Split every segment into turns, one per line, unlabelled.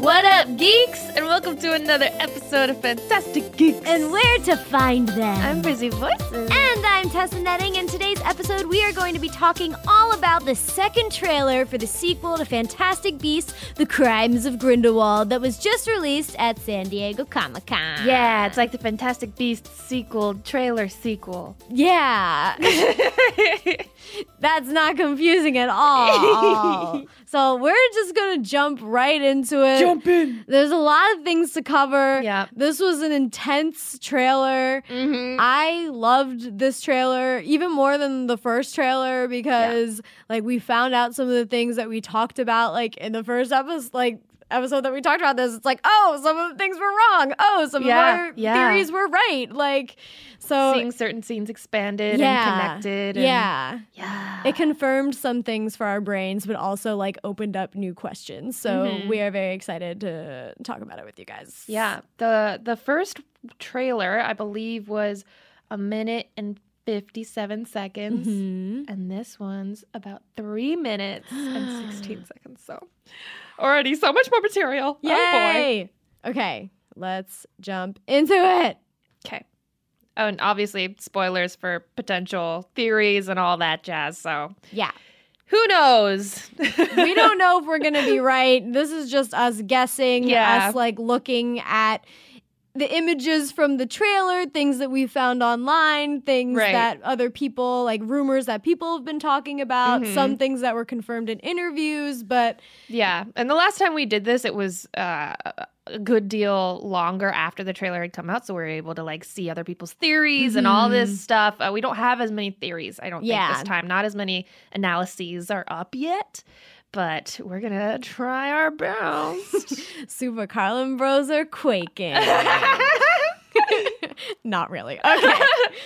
What up, geeks? And welcome to another episode of Fantastic Geeks.
and where to find them.
I'm Busy Voices.
and I'm Tessa Netting. In today's episode, we are going to be talking all about the second trailer for the sequel to Fantastic Beasts: The Crimes of Grindelwald that was just released at San Diego Comic Con.
Yeah, it's like the Fantastic Beasts sequel, trailer sequel.
yeah, that's not confusing at all. so we're just gonna jump right into it.
in.
There's a lot of things to cover.
Yep.
This was an intense trailer.
Mm-hmm.
I loved this trailer even more than the first trailer because like we found out some of the things that we talked about like in the first episode like episode that we talked about this it's like oh some of the things were wrong oh some
Yeah,
of our
yeah.
theories were right like so
Seeing certain scenes expanded
yeah
and connected. and-
yeah
Yeah.
it confirmed some things for our brains but also like opened up new questions so
Mhm.
we are very excited to talk about it with you guys
yeah. The the first trailer, I believe, was a minute and 57 seconds.
Mhm.
And this one's about three minutes and 16 seconds. So already so much more material. Oh boy.
Yay! Okay, let's jump into it.
Okay. Oh, and obviously spoilers for potential theories and all that jazz. So
Yeah.
who knows?
We don't know if we're going to be right. This is just us guessing,
Yeah.
us like looking at the images from the trailer, things that we found online, things
Right.
that other people, like rumors that people have been talking about,
Mhm.
some things that were confirmed in interviews, but
yeah. And the last time we did this, it was uh, a good deal longer after the trailer had come out, so we were able to like see other people's theories and all this stuff. Uh, we don't have as many theories, I don't think
Yeah.
this time. Not as many analyses are up yet. But we're gonna try our best.
Super Carlin Bros are quaking. Not really. Okay.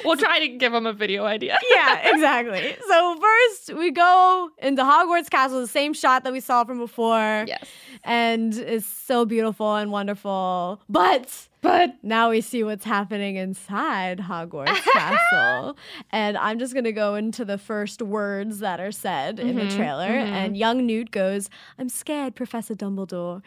we'll try to give them a video idea.
yeah, exactly. So first we go into Hogwarts Castle, the same shot that we saw from before.
Yes.
And it's so beautiful and wonderful. But
But
now we see what's happening inside Hogwarts Castle. And I'm just gonna go into the first words that are said in the
Mhm,
trailer.
mhm.
And young Newt goes, I'm scared, Professor Dumbledore.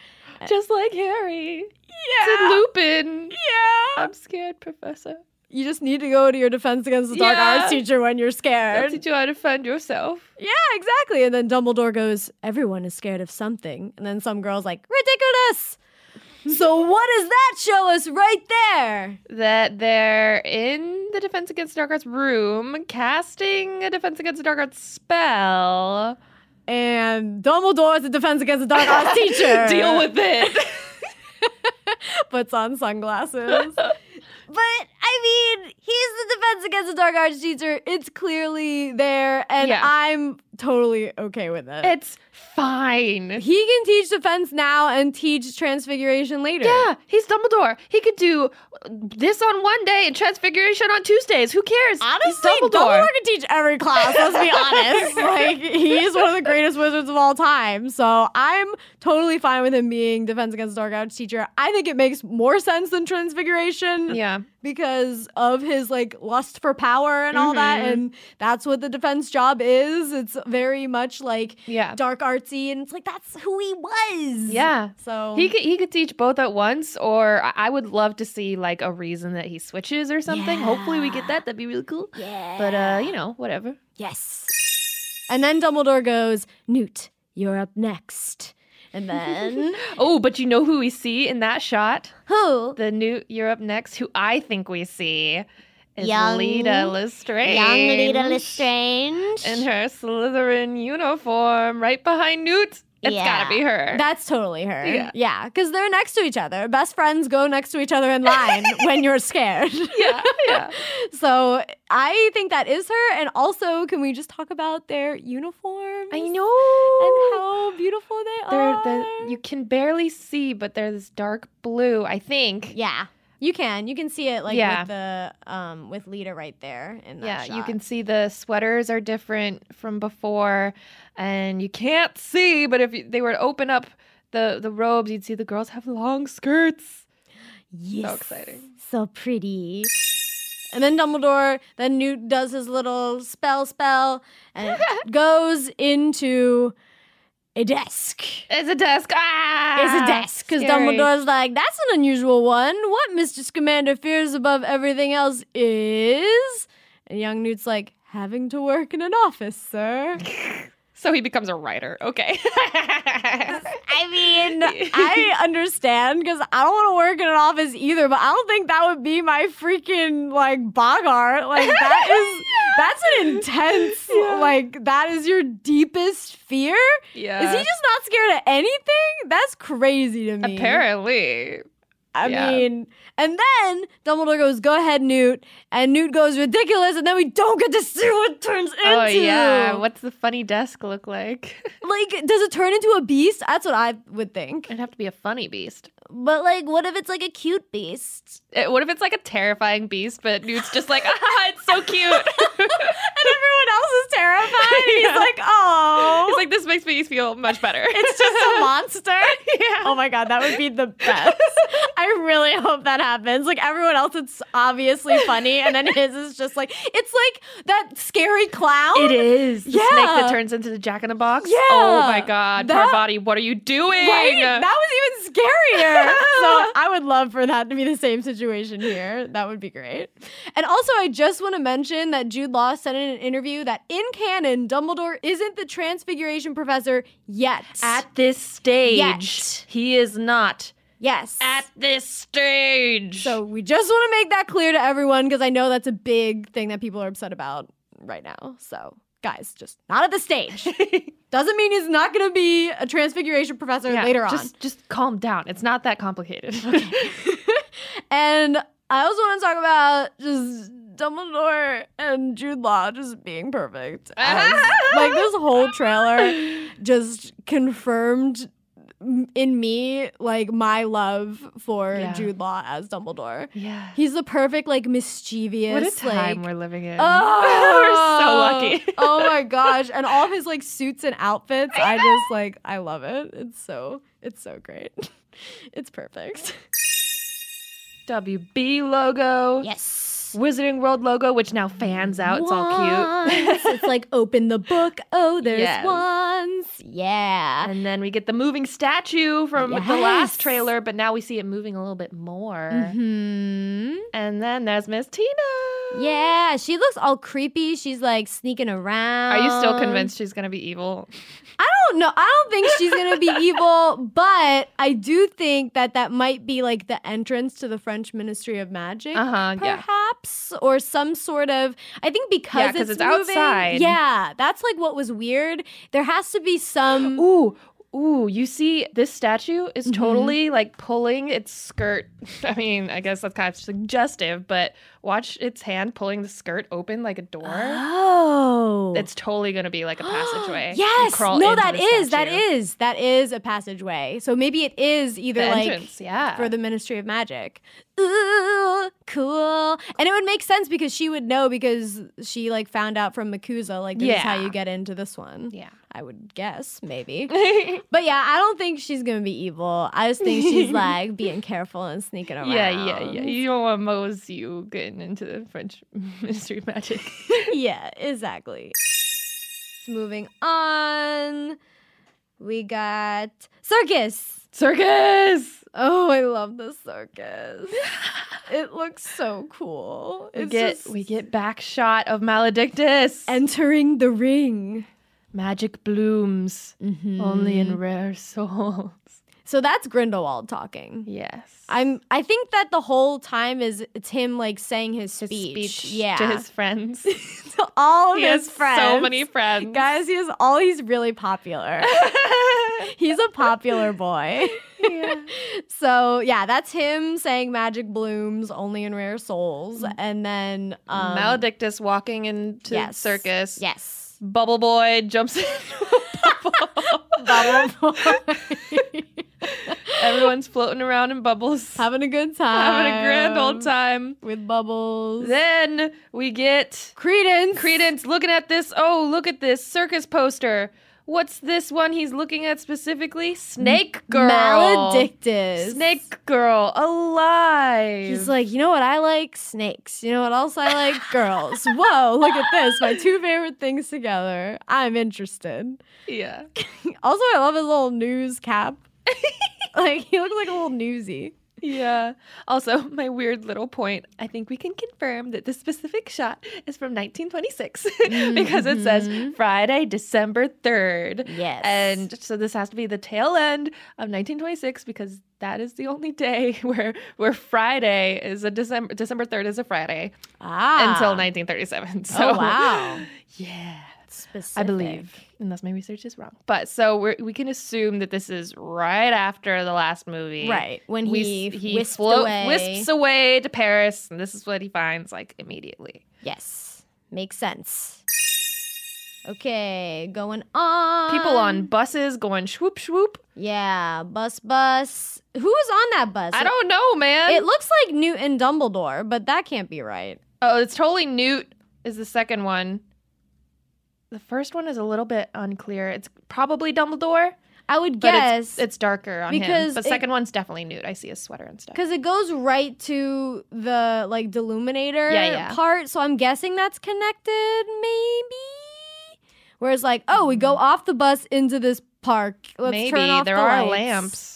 just like Harry,
Yeah.
to Lupin.
Yeah.
I'm scared, Professor.
You just need to go to your defense against the dark
Yeah.
arts teacher when you're
I'll
scared.
teach you how to defend yourself.
Yeah, exactly. And then Dumbledore goes, Everyone is scared of something. And then some girl's like, Ridiculous! so what does that show us right there?
That they're in the Defense Against the Dark Arts room, casting a Defense Against the Dark Arts spell.
And Dumbledore is the Defense Against the Dark Arts teacher.
Deal with it.
Puts on sunglasses. but, I mean, he's the Defense Against the Dark Arts teacher. It's clearly there. And
Yeah.
I'm totally okay with it.
it's fine.
he can teach defense now and teach transfiguration later.
Yeah, he's Dumbledore. He could do this on one day and Transfiguration on Tuesdays. Who cares? he's
Honestly,
Dumbledore.
Dumbledore can teach every class. Let's be honest. Like he is one of the greatest wizards of all time. So I'm totally fine with him being Defense Against the Dark Arts teacher. I think it makes more sense than Transfiguration
Yeah.
because of his like lust for power and all that.
Mhm.
And that's what the defense job is. It's very much like
Yeah.
dark artsy, and it's like that's who he was.
Yeah.
So
He could, he could teach both at once, or I- I would love to see like a reason that he switches or something. Hopefully, we get
Yeah.
that. That'd be really cool.
yeah.
But uh, you know, whatever.
Yes. And then Dumbledore goes, Newt, you're up next. And then,
Oh, but you know who we see in that shot?
who?
The new Europe next, who I think we see is
Young-
Lita Lestrange.
Young Lita Lestrange.
in her Slytherin uniform, right behind Newt. It's gotta
Yeah.
be her.
That's totally her.
Yeah.
Yeah, because they're next to each other. Best friends go next to each other in line when you're scared.
yeah, yeah.
So I think that is her. And also, can we just talk about their uniforms?
I
And
know.
how beautiful they
they're
are.
the you can barely see, but they're this dark blue. I think.
yeah. You can. You can see it like
Yeah.
with the um with Lita right there in that
Yeah, you
shot.
can see the sweaters are different from before, and you can't see. But if you, they were to open up the the robes, you'd see the girls have long skirts.
Yes.
exciting.
So pretty. And then Dumbledore, then Newt does his little spell spell and goes into a desk.
It's a desk. Ah,
It's a desk because
scary.
Dumbledore's like, that's an unusual one. What Mr. Scamander fears above everything else is, and young Newt's like, having to work in an office, sir.
So he becomes a writer. Okay.
I mean, I understand because I don't want to work in an office either, but I don't think that would be my freaking like bogart. Like that is that's an intense
Yeah.
like that is your deepest fear.
yeah.
Is he just not scared of anything? That's crazy to me.
Apparently.
I
yeah.
mean, and then Dumbledore goes, "Go ahead, Newt," and Newt goes, "Ridiculous," and then we don't get to see what it turns into.
Oh yeah. What's the funny desk look like?
like, does it turn into a beast? That's what I would think.
It'd have to be a funny beast.
But like, what if it's like a cute beast?
Uh, what if it's like a terrifying beast, but Newt's just like, ah, it's so cute.
And everyone else is terrified. and
Yeah.
He's like, oh,
He's like, this makes me feel much better.
it's just a monster.
yeah.
Oh my god, that would be the best. I really hope that happens. Like everyone else, it's obviously funny, and then his is just like it's like that scary clown.
It is. The snake
Yeah.
that turns into the jack in a box. Oh
Yeah.
my god.
That-
Parvati, what are you doing?
Right? That was even scarier. so I would love for that to be the same situation here. That would be great. And also, I just want to mention that Jude Law said in an interview that in canon, Dumbledore isn't the Transfiguration professor yet.
At this stage,
Yet.
he is not.
yes.
At this stage.
So we just want to make that clear to everyone because I know that's a big thing that people are upset about right now. So, guys, just not at the stage. Doesn't mean he's not going to be a transfiguration professor
Yeah,
later on.
Just, just calm down. It's not that complicated.
and I also want to talk about just Dumbledore and Jude Law just being perfect. as- like this whole trailer just confirmed m- in me like my love for
Yeah.
Jude Law as Dumbledore.
yeah.
He's the perfect, like mischievous.
What a time
like,
we're living in.
Oh,
we're so lucky.
oh my gosh! And all his like suits and outfits, I just like I love it. It's so it's so great. It's perfect.
WB logo.
Yes.
Wizarding World logo, which now fans out. It's all cute.
it's like open the book. Oh, there's
Yes.
ones. Yeah.
And then we get the moving statue from the
Yes. Mm-hmm.
last trailer, but now we see it moving a little bit more.
Hmm.
And then there's Miss Tina.
Yeah, she looks all creepy. She's like sneaking around.
Are you still convinced she's going to be evil?
I don't know. I don't think she's gonna be evil, but I do think that that might be like the entrance to the French Ministry of Magic,
Uh huh. Yeah.
perhaps, or some sort of. I think because
'cause
it's,
it's
moving-
outside.
Yeah, that's like what was weird. There has to be some.
Ooh. Ooh, you see, this statue is
Mhm.
totally like pulling its skirt. I mean, I guess that's kind of suggestive, but watch its hand pulling the skirt open like a door.
Oh,
It's totally going to be like a passageway. You
yes,
crawl
no,
into
that
the
is that
statue.
is that is a passageway. So maybe it is either
the
like
entrance. Yeah.
for the Ministry of Magic. Ooh, cool. And it would make sense because she would know because she like found out from Makuza like this is how
Yeah.
you get into this one.
yeah.
I would guess maybe. But yeah, I don't think she's going to be evil. I just think she's like being careful and sneaking around.
Yeah, yeah, yeah. You don't want Mo's you getting into the French Ministry of Magic.
yeah, exactly. Moving on. We got circus.
Circus!
Oh, I love the circus. it looks so cool.
We
It's
get
just-
we get back shot of Maledictus.
entering the ring.
magic blooms only in rare souls.
so that's Grindelwald talking.
Yes.
I'm. I think that the whole time is it's him like saying his
his
speech.
speech,
yeah,
to his friends. he
to all of his
has
friends.
so many friends.
guys. He is all. He's really popular. he's a popular boy.
Yeah.
So yeah, that's him saying magic blooms only in rare souls, and then um,
Maledictus walking into Mm. the
yes.
circus.
Yes.
Bubble Boy jumps into a bubble.
Bubble boy.
Everyone's floating around in bubbles.
Having a good time.
having a grand
Um,
old time.
with bubbles.
Then we get
Credence.
Credence looking at this. Oh, look at this circus poster. What's this one he's looking at specifically? Snake Girl.
Maledictus.
Snake Girl alive.
He's like, you know what I like? Snakes. You know what else I like? Girls. Whoa, look at this. My two favorite things together. I'm interested.
yeah.
Also, I love his little news cap. like, he looks like a little newsy.
Yeah. Also, my weird little point. I think we can confirm that this specific shot is from 1926 because it says
Mhm.
Friday, December 3rd.
Yes.
And so this has to be the tail end of 1926 because that is the only day where where Friday is a December December 3rd is a Friday
ah.
until 1937. So
Oh, wow.
Yeah.
Specific.
I believe, unless my research is wrong. But so we we can assume that this is right after the last movie,
Right. When he,
We-
he whisked
flo-
away.
wisps away to Paris, and this is what he finds like immediately.
Yes. Makes sense. Okay, going on.
People
Um,
on buses going swoop swoop.
Yeah, bus bus. Who was on that bus?
I don't know, man.
It looks like Newton Dumbledore, but that can't be right.
oh, it's totally Newt is the second one. The first one is a little bit unclear. It's probably Dumbledore,
I would
but
guess
it's, it's darker on him.
Because
But
it-
second one's definitely Newt. I see his sweater and stuff.
because it goes right to the like deluminator
Yeah, yeah.
part, so I'm guessing that's connected, maybe. Whereas like, oh, we go off the bus into this park. Let's
Hmm. Maybe
turn off
there
the
are
lights.
lamps.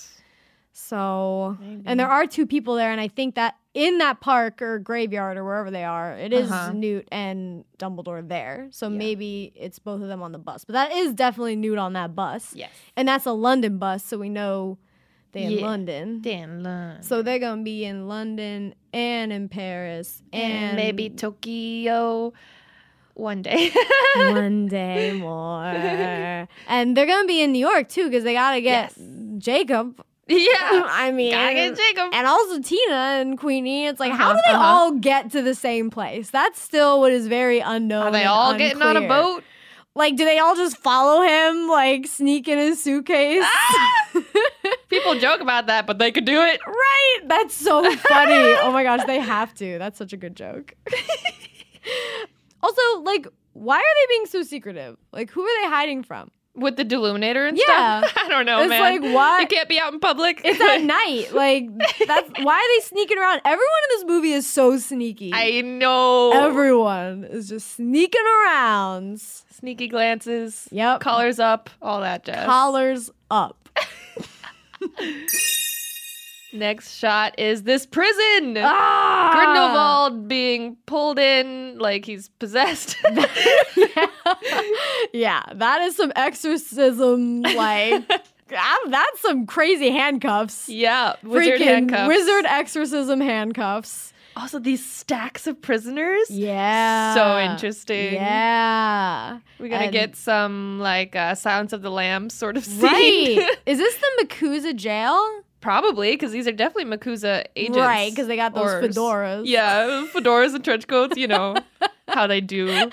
So
Maybe.
and there are two people there, and I think that in that park or graveyard or wherever they are, it is
Uh-huh.
Newt and Dumbledore there. So
Yeah.
maybe it's both of them on the bus, but that is definitely Newt on that bus,
yes.
and that's a London bus, so we know they in
Yeah.
London.
Dan Lund.
So they're gonna be in London and in Paris and,
and maybe Tokyo one day.
one day more, and they're gonna be in New York too because they gotta get
Yes.
Jacob.
yeah.
I mean,
Gotta get Jacob.
And also Tina and Queenie. It's like, how
Uh-huh,
do they
uh-huh.
all get to the same place? That's still what is very unknown.
Are they
and
all getting on a
unclear.
boat?
Like, do they all just follow him, like sneak in his suitcase?
Ah! People joke about that, but they could do it.
right? That's so funny. oh my gosh, they have to. That's such a good joke. also, like, why are they being so secretive? Like, who are they hiding from?
With the deluminator and
Yeah.
stuff. I don't know,
it's
man.
like, why?
you can't be out in public.
It's at night. Like, that's why are they sneaking around? Everyone in this movie is so sneaky.
I know.
Everyone is just sneaking around.
Sneaky glances.
Yep.
Collars up. All that jazz.
Collars up.
Next shot is this prison.
Ah!
Grindelwald being pulled in like he's possessed.
yeah, that is some exorcism. Like, I'm- that's some crazy handcuffs.
yeah. Wizard
Freaking
handcuffs.
Wizard exorcism handcuffs.
Also, these stacks of prisoners.
Yeah.
So interesting.
Yeah.
We're gonna
And-
get some like uh, Silence of the Lambs sort of scene,
Right. is this the Makusa jail?
probably because these are definitely Makusa agents,
Right, because they got those
Or-
fedoras.
Yeah, fedoras and trench coats. You know how they do.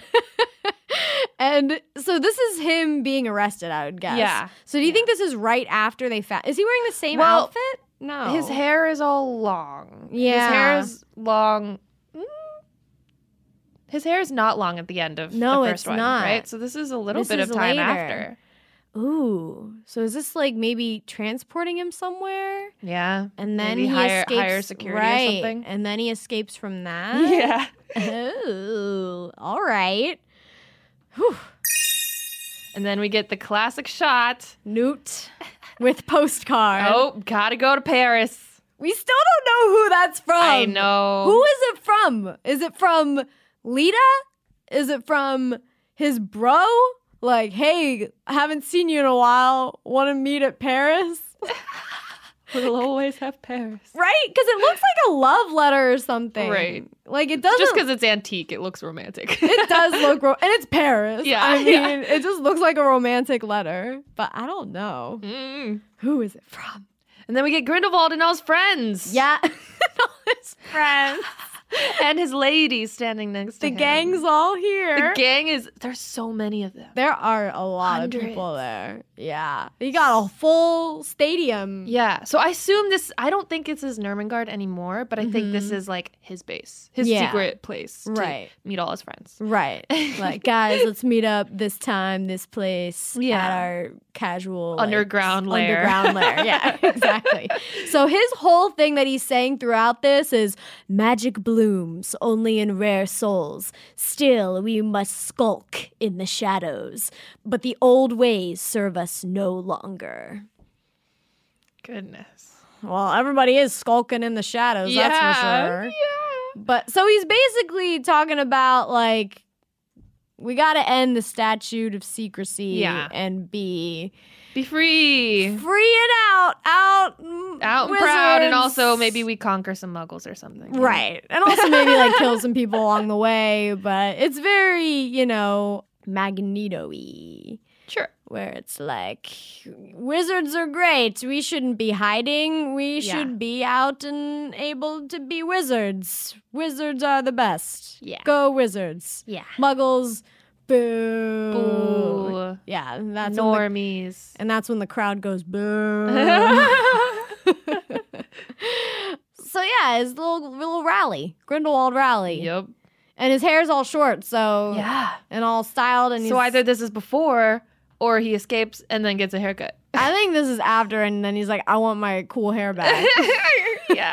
And so this is him being arrested, I would guess.
Yeah.
So do you
Yeah.
think this is right after they found? Is he wearing the same
Well,
outfit? No.
His hair is all long. his hair
Oh. Yeah.
is long. Mm. His hair is not long at the end of
No,
the first
it's
one,
not.
right? So this is a little
This
bit of
is
time
later.
after.
Ooh. So is this like maybe transporting him somewhere?
Yeah,
And then
Maybe
he
higher-
escapes
higher security or
right,
something.
And then he escapes from that.
yeah.
Ooh. All right. Whew.
And then we get the classic shot.
Newt with postcard.
Oh, gotta go to Paris.
We still don't know who that's from.
I know.
Um, Who is it from? Is it from Lita? Is it from his bro? Like, hey, haven't seen you in a while. Want to meet at Paris?
We'll always have Paris.
Right? Because it looks like a love letter or something.
Right.
Like it doesn't.
Just because it's antique, it looks romantic.
it does look, ro- and it's Paris.
Yeah,
I mean,
yeah.
it just looks like a romantic letter, but I don't know
Mm.
who is it from.
And then we get Grindelwald and all his friends.
Yeah, all his friends.
and his lady standing next to
the
him.
gang's all here.
The gang is. There's so many of them.
there are a lot of people there. Yeah. You got a full stadium.
Yeah. So I assume this. I don't think it's his Nurmengard anymore, but I think this
Mhm.
is like his base, his
Yeah.
secret place. to
Right.
meet all his friends.
Right. Like, guys, let's meet up this time, this place at
Yeah.
our casual like,
Underground lair.
Underground lair. Yeah, exactly. So his whole thing that he's saying throughout this is magic blooms only in rare souls. Still, we must skulk in the shadows, but the old ways serve us no longer.
Goodness.
Well, everybody is skulking in the shadows, that's for sure.
Yeah.
But so he's basically talking about like we got to end the statute of secrecy
Yeah.
and be
Be free.
free and out, out, mm,
Out and proud, and
wizards.
also maybe we conquer some muggles or something.
right, and also maybe like kill some people along the way. But it's very you know Magneto-y.
Sure.
Where it's like, wizards are great. We shouldn't be hiding. We
Yeah.
should be out and able to be wizards. Wizards are the best.
Yeah.
Go, wizards.
Yeah.
Muggles, boo.
Boo.
Yeah, and that's when the,
Normies.
and that's when the crowd goes boo. so yeah, his little little rally, Grindelwald rally,
Yep.
and his hair's all short, so
Yeah.
and all styled, and
So
he's-
either this is before, or he escapes and then gets a haircut.
I think this is after, and then he's like, I want my cool hair back,
yeah.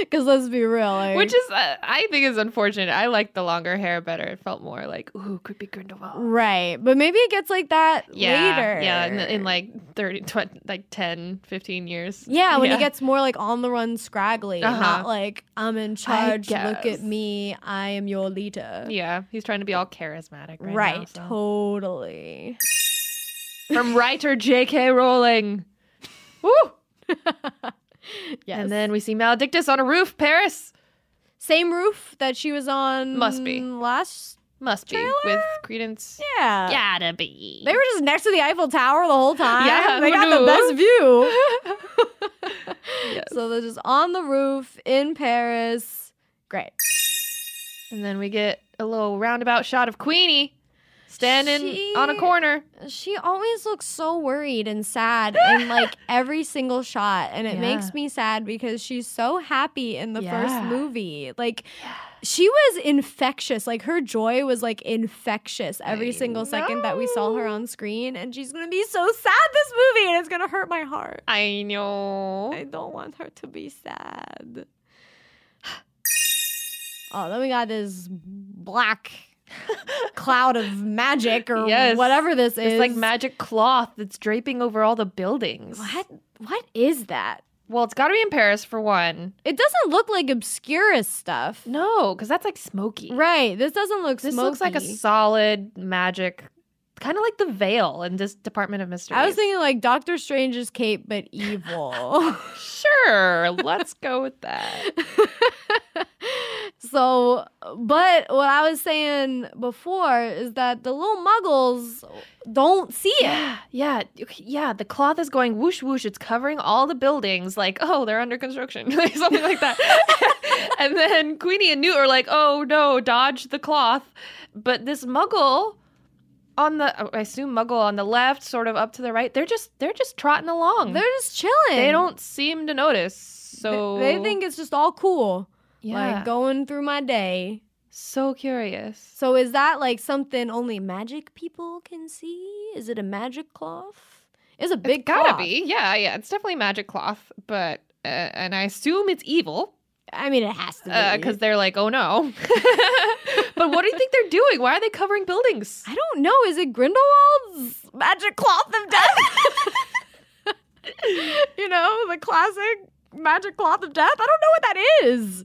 because let's be real, like,
Which is, uh, I think, is unfortunate. I liked the longer hair better. It felt more like, ooh, creepy Grindelwald.
right, but maybe it gets like that
Yeah,
later,
yeah, in, in like 30, 20, like 10, 15 years.
Yeah, when
yeah.
he gets more like on the run, scraggly,
Uh-huh.
not like I'm in charge. Look
guess.
at me, I am your leader.
Yeah, he's trying to be all charismatic, right? now,
right,
so.
totally.
From writer J.K. Rowling. Woo!
Yes.
And then we see Maledictus on a roof, Paris.
same roof that she was on.
Must be.
last.
Must be
Trailer?
with Credence.
Yeah.
Gotta be.
They were just next to the Eiffel Tower the whole time.
Yeah,
they
who
got
knew?
the best view.
Yes.
So they're just on the roof in Paris. Great.
And then we get a little roundabout shot of Queenie standing
She-
on a corner.
She always looks so worried and sad in like every single shot. And it
Yeah.
makes me sad because she's so happy in the
Yeah.
first movie. Like, she was infectious. Like, her joy was like infectious every
I
single second that we saw her
know.
on screen. And she's going to be so sad this movie and it's going to hurt my heart.
I know.
I don't want her to be sad. Oh, then we got this black cloud of magic or
Yes.
whatever this is.
It's like magic cloth that's draping over all the buildings.
What? What is that?
Well, it's got to be in Paris for one.
It doesn't look like obscurus stuff.
No, because that's like smoky.
Right. This doesn't look
This
smoky.
looks like a solid magic, kind of like the veil in this Department of Mystery.
I was thinking like Doctor Strange's cape, but evil.
sure, let's go with that.
so, but what I was saying before is that the little muggles don't see it.
Yeah, yeah, okay, yeah. The cloth is going whoosh whoosh. It's covering all the buildings. Like, oh, they're under construction, like something like that. and then Queenie and Newt are like, oh no, dodge the cloth. But this Muggle on the, oh, I assume Muggle on the left, sort of up to the right. They're just they're just trotting along.
They're just chilling.
they don't seem to notice.
They-
So
they, think it's just all cool.
yeah,
Like going through my day.
so curious.
So is that like something only magic people can see? Is it a magic cloth? It's a big
It's gotta
cloth.
be, yeah, yeah. It's definitely magic cloth, but uh, and I assume it's evil
I mean, it has to be.
because they're like, oh no. but what do you think they're doing? Why are they covering buildings?
I don't know. Is it Grindelwald's magic cloth of death? you know, the classic magic cloth of death. I don't know what that is.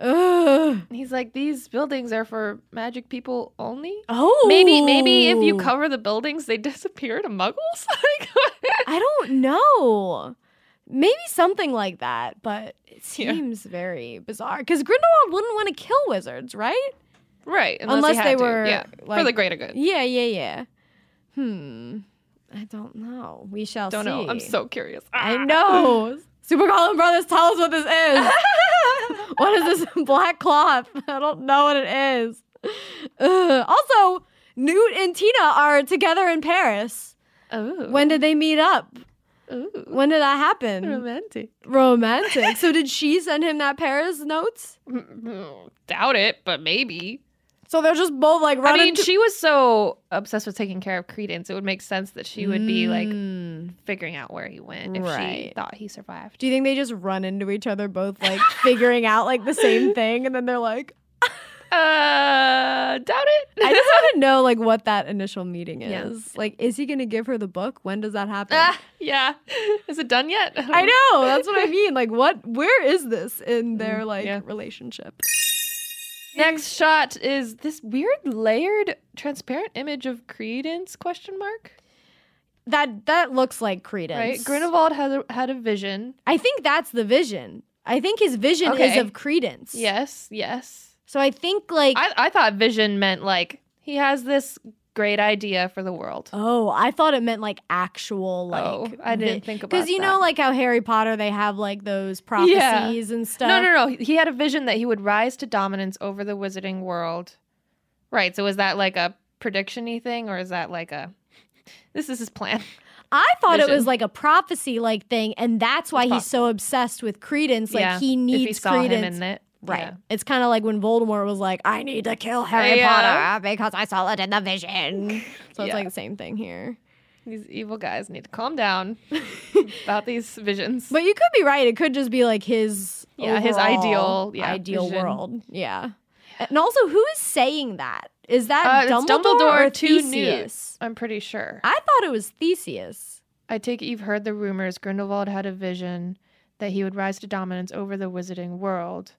Ugh.
He's like, these buildings are for magic people only.
Oh,
Maybe, maybe if you cover the buildings, they disappear to muggles. like,
I don't know. Maybe something like that, but it
Yeah.
seems very bizarre because Grindelwald wouldn't want to kill wizards, right?
right?
Unless,
had
they
to.
were
yeah,
like,
for the greater good.
yeah, yeah, yeah. Hmm. I don't know. We shall
Don't
see.
know. I'm so curious.
I
Ah.
know. Super Colin Brothers, tell us what this is. what is this black cloth? I don't know what it is. Ugh. Also, Newt and Tina are together in Paris.
Oh.
When did they meet up?
Ooh.
When did that happen?
Romantic.
Romantic. So did she send him that Paris notes?
Doubt it, but maybe.
So they're just both like
I
running.
mean, she was so obsessed with taking care of Credence, it would make sense that she would be like
Mm.
figuring out where he went if she
Right.
thought he survived.
Do you think they just run into each other, both like figuring out like the same thing, and then they're like,
Uh, doubt it.
I just want to know like what that initial meeting
Yeah.
is. Like, is he gonna give her the book? When does that happen?
Ah, yeah. Is it done yet?
I know. That's what I mean. Like, what? Where is this in their
Mm,
like
yeah.
relationship?
Next shot is this weird layered transparent image of Credence question mark.
That that looks like Credence.
Right? Grindelwald had a, had a vision.
I think that's the vision. I think his vision
Okay.
is of Credence.
Yes, yes.
So I think like.
I, I thought vision meant like he has this great idea for the world.
Oh, I thought it meant like actual like.
oh, I didn't think about
Because you know,
that.
like how Harry Potter, they have like those prophecies and stuff.
No, no, no. He had a vision that he would rise to dominance over the wizarding world. Right. So is that like a prediction-y thing or is that like a this is his plan?
I thought it
vision.
was like a prophecy like thing, and that's why
It's
he's so obsessed with credence. Like
Yeah,
he needs
if he saw
credence.
him in it.
Right.
Yeah.
It's kind of like when Voldemort was like, I need to kill Harry
Yeah.
Potter because I saw it in the vision. So it's
Yeah.
like the same thing here.
These evil guys need to calm down about these visions.
But you could be right. It could just be like his
Yeah, his
overall
ideal- yeah,
ideal
vision.
world. Yeah. And also, who is saying that? Is
Uh,
that
it's
Dumbledore, or
Dumbledore to Newt.
Theseus?
I'm pretty sure.
I thought it was Theseus.
I take it you've heard the rumors Grindelwald had a vision that he would rise to dominance over the wizarding world.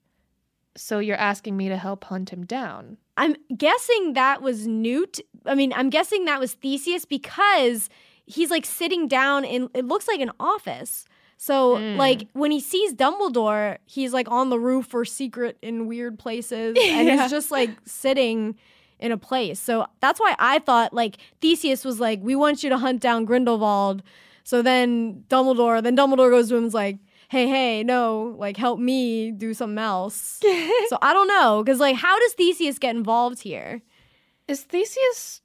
So you're asking me to help hunt him down.
I'm guessing that was Newt. I mean, I'm guessing that was Theseus because he's like sitting down in it looks like an office. So
Mm.
like when he sees Dumbledore, he's like on the roof or secret in weird places and
Yeah.
he's just like sitting in a place. So that's why I thought like Theseus was like, "We want you to hunt down Grindelwald." So then Dumbledore, then Dumbledore goes to him and's like, "Hey, hey, no, like help me do something else." so I don't know, because like, how does Theseus get involved here?
Is Theseus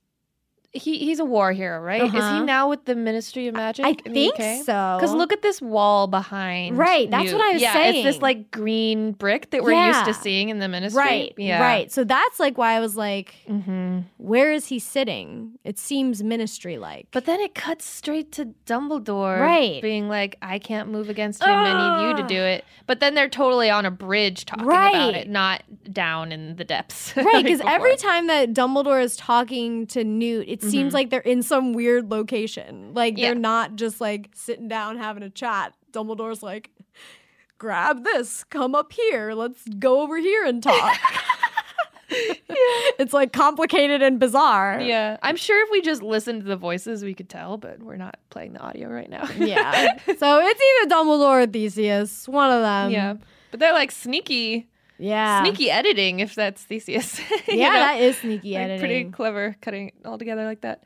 he he's a war hero, right? Is he
Uh-huh.
now with the Ministry of Magic?
I think so.
Because look at this wall behind.
Right, that's what
Newt.
I was
yeah, It's this
saying.
like green brick that we're used
Yeah.
to seeing in the ministry.
right,
Yeah.
right. So that's like why I was like,
hmm
where is he sitting? It seems ministry like.
But then it cuts straight to Dumbledore,
Right.
Being like, "I can't move against him. I need you to
Ugh.
do it." But then they're totally on a bridge talking about
Right.
it, not down in the depths.
Right, because
like
every
before.
time that Dumbledore is talking to Newt, it
Mhm.
seems like they're in some weird location. Like
Yeah.
they're not just like sitting down having a chat. Dumbledore's like, grab this, come up here, let's go over here and talk. It's like complicated and bizarre.
yeah, I'm sure if we just listened to the voices, we could tell, but we're not playing the audio right now.
Yeah. so it's either Dumbledore or Theseus, one of them.
yeah, but they're like sneaky,
Um, Yeah.
sneaky editing. If that's Theseus,
Yeah,
you know?
that is sneaky
Like,
editing.
pretty clever cutting it all together like that.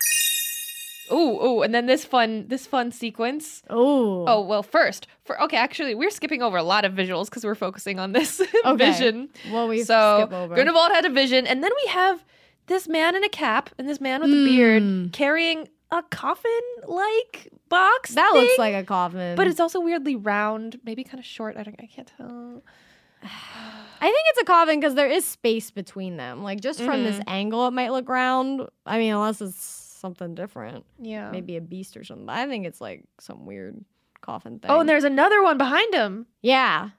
Oh, oh, and then this fun, this fun sequence
Oh.
Oh well, first for okay, actually, we're skipping over a lot of visuals because we're focusing on this vision.
Well, we
so
skip over.
Grindelwald had a vision, and then we have this man in a cap and this man with a beard
Mm.
carrying a coffin-like box.
that
thing,
looks like a coffin.
but it's also weirdly round, maybe kind of short. I don't, I can't tell.
I think it's a coffin because there is space between them. Like just from this
Mhm.
angle, it might look round. I mean, unless it's something different,
Yeah.
maybe a beast or something. But I think it's like some weird coffin thing.
Oh, and there's another one behind him.
yeah.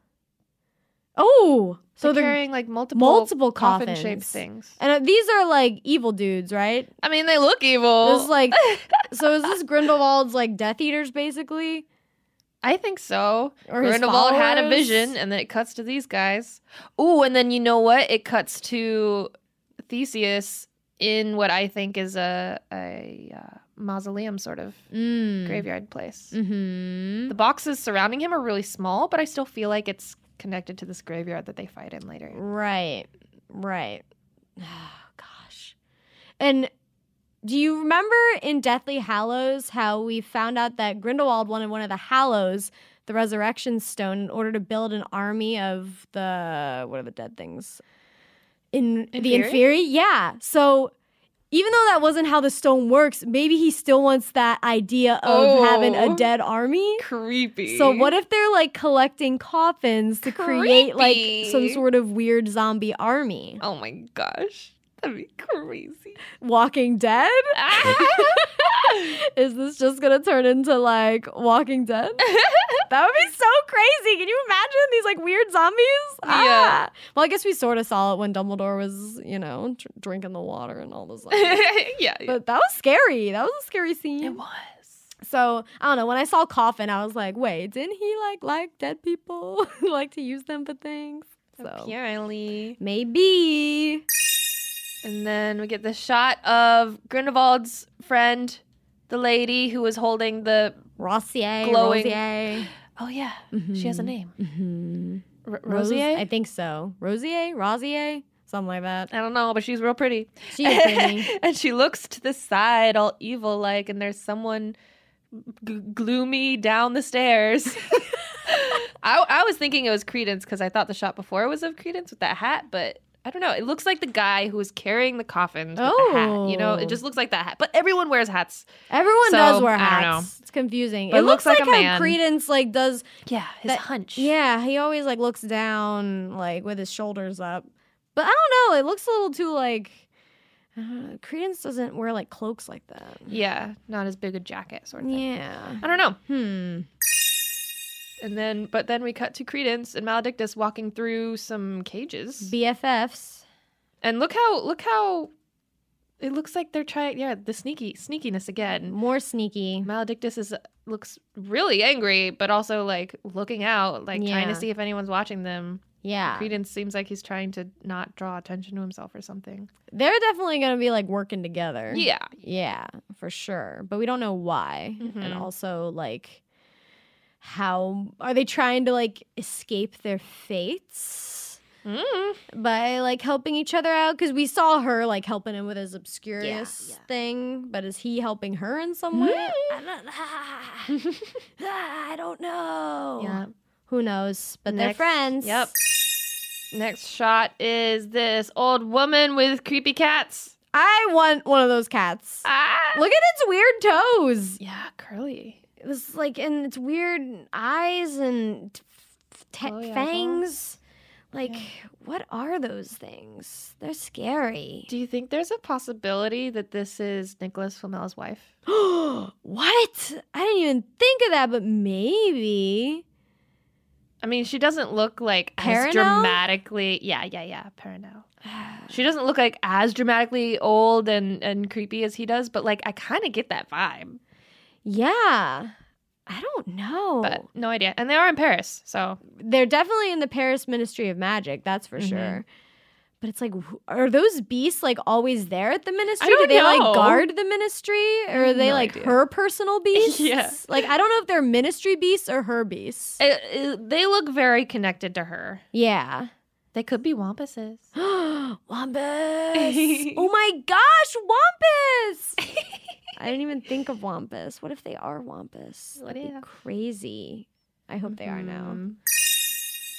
Oh,
So
so
they're
they're
carrying like multiple
multiple
coffin-shaped
coffins.
things.
and uh, these are like evil dudes, right?
I mean, they look evil.
This is like, so is this Grindelwald's like Death Eaters basically?
I think so.
Or his
Grindelwald had a
followers?
vision, and then it cuts to these guys. Ooh, and then you know what? It cuts to Theseus in what I think is a a uh, mausoleum sort of
Mm.
graveyard place.
Mm-hmm.
The boxes surrounding him are really small, but I still feel like it's connected to this graveyard that they fight in later.
Right. Right. Oh, gosh. And do you remember in Deathly Hallows how we found out that Grindelwald wanted one of the Hallows the resurrection stone in order to build an army of the what are the dead things? In the
Inferi?
inferi? Yeah. So even though that wasn't how the stone works, maybe he still wants that idea of having a
Oh.
dead army.
Creepy.
So what if they're like collecting coffins to create like some
Creepy.
sort of weird zombie army?
Oh my gosh. That'd be crazy.
Walking Dead? Is this just gonna turn into like Walking Dead? that would be so crazy. Can you imagine these like weird zombies?
Yeah.
Ah. Well, I guess we sort of saw it when Dumbledore was, you know, dr- drinking the water and all those. Like,
yeah. yeah.
but that was scary. That was a scary scene.
It was.
So I don't know. When I saw coffin, I was like, wait, didn't he like like dead people? like to use them for things. So
Apparently.
maybe.
And then we get the shot of Grindelwald's friend, the lady who was holding the.
Rossier.
Glowing.
Rosier.
Oh, yeah. She has a name.
Mm-hmm.
R- Rosier?
I think so. Rosier? Rosier? Something like that.
I don't know, but she's real pretty.
She is pretty.
and she looks to the side, all evil like, and there's someone g- gloomy down the stairs. I, I was thinking it was Credence because I thought the shot before was of Credence with that hat, but I don't know. It looks like the guy who was carrying the coffin. With the hat, you know,
Oh.
it just looks like that hat. But everyone wears hats.
Everyone
So,
does wear
I
hats.
don't know.
It's confusing.
But
it
it
looks,
looks like
like,
a
how
man.
Credence like does.
Yeah, his
That-
hunch.
Yeah, he always like looks down like with his shoulders up. But I don't know. It looks a little too like. I don't know. Credence doesn't wear like cloaks like that.
yeah, not as big a jacket sort of thing.
Yeah.
I don't know.
Hmm.
And then, but then we cut to Credence and Maledictus walking through some cages.
BFFs.
And look how look how it looks like they're trying. Yeah, the sneaky sneakiness again.
More sneaky.
Maledictus is looks really angry, but also like looking out, like trying
Yeah.
to see if anyone's watching them.
Yeah.
Credence seems like he's trying to not draw attention to himself or something.
They're definitely going to be like working together.
Yeah,
Yeah, for sure. But we don't know why. And
Mhm.
also, like, how are they trying to like escape their fates
mm.
by like helping each other out? Because we saw her like helping him with his obscurious
yeah.
thing, but is he helping her in some way? I, don't,
Mm-hmm.
ah, I don't know.
yeah.
Who knows? But they're
Next-
friends.
Yep. Next shot is this old woman with creepy cats.
I want one of those cats.
Ah,
Look at its weird toes.
yeah, curly.
It was like, and it's weird eyes and t- f- te-
Glowy
fangs. Like,
Yeah.
what are those things? They're scary.
Do you think there's a possibility that this is Nicholas Flamel's wife?
what? I didn't even think of that, but maybe.
I mean, she doesn't look like
Perronel?
as dramatically. Yeah, yeah, yeah, Perronel. She doesn't look like as dramatically old and and creepy as he does, but like I kind of get that vibe.
yeah. I don't know.
But no idea. And they are in Paris, so
They're definitely in the Paris Ministry of Magic, that's for
Mhm.
sure. But it's like, wh- are those beasts like always there at the ministry?
don't
Do they like
know.
guard the ministry, or are
have
they
no
like
idea.
her personal beasts?
Yeah.
Like I don't know if they're ministry beasts or her beasts.
it, it- they look very connected to her.
yeah.
They could be wampuses.
Wampus. oh my gosh, Wampus! I didn't even think of Wampus. What if they are Wampus?
What
That'd be
if?
crazy. I hope they are now.
Mhm.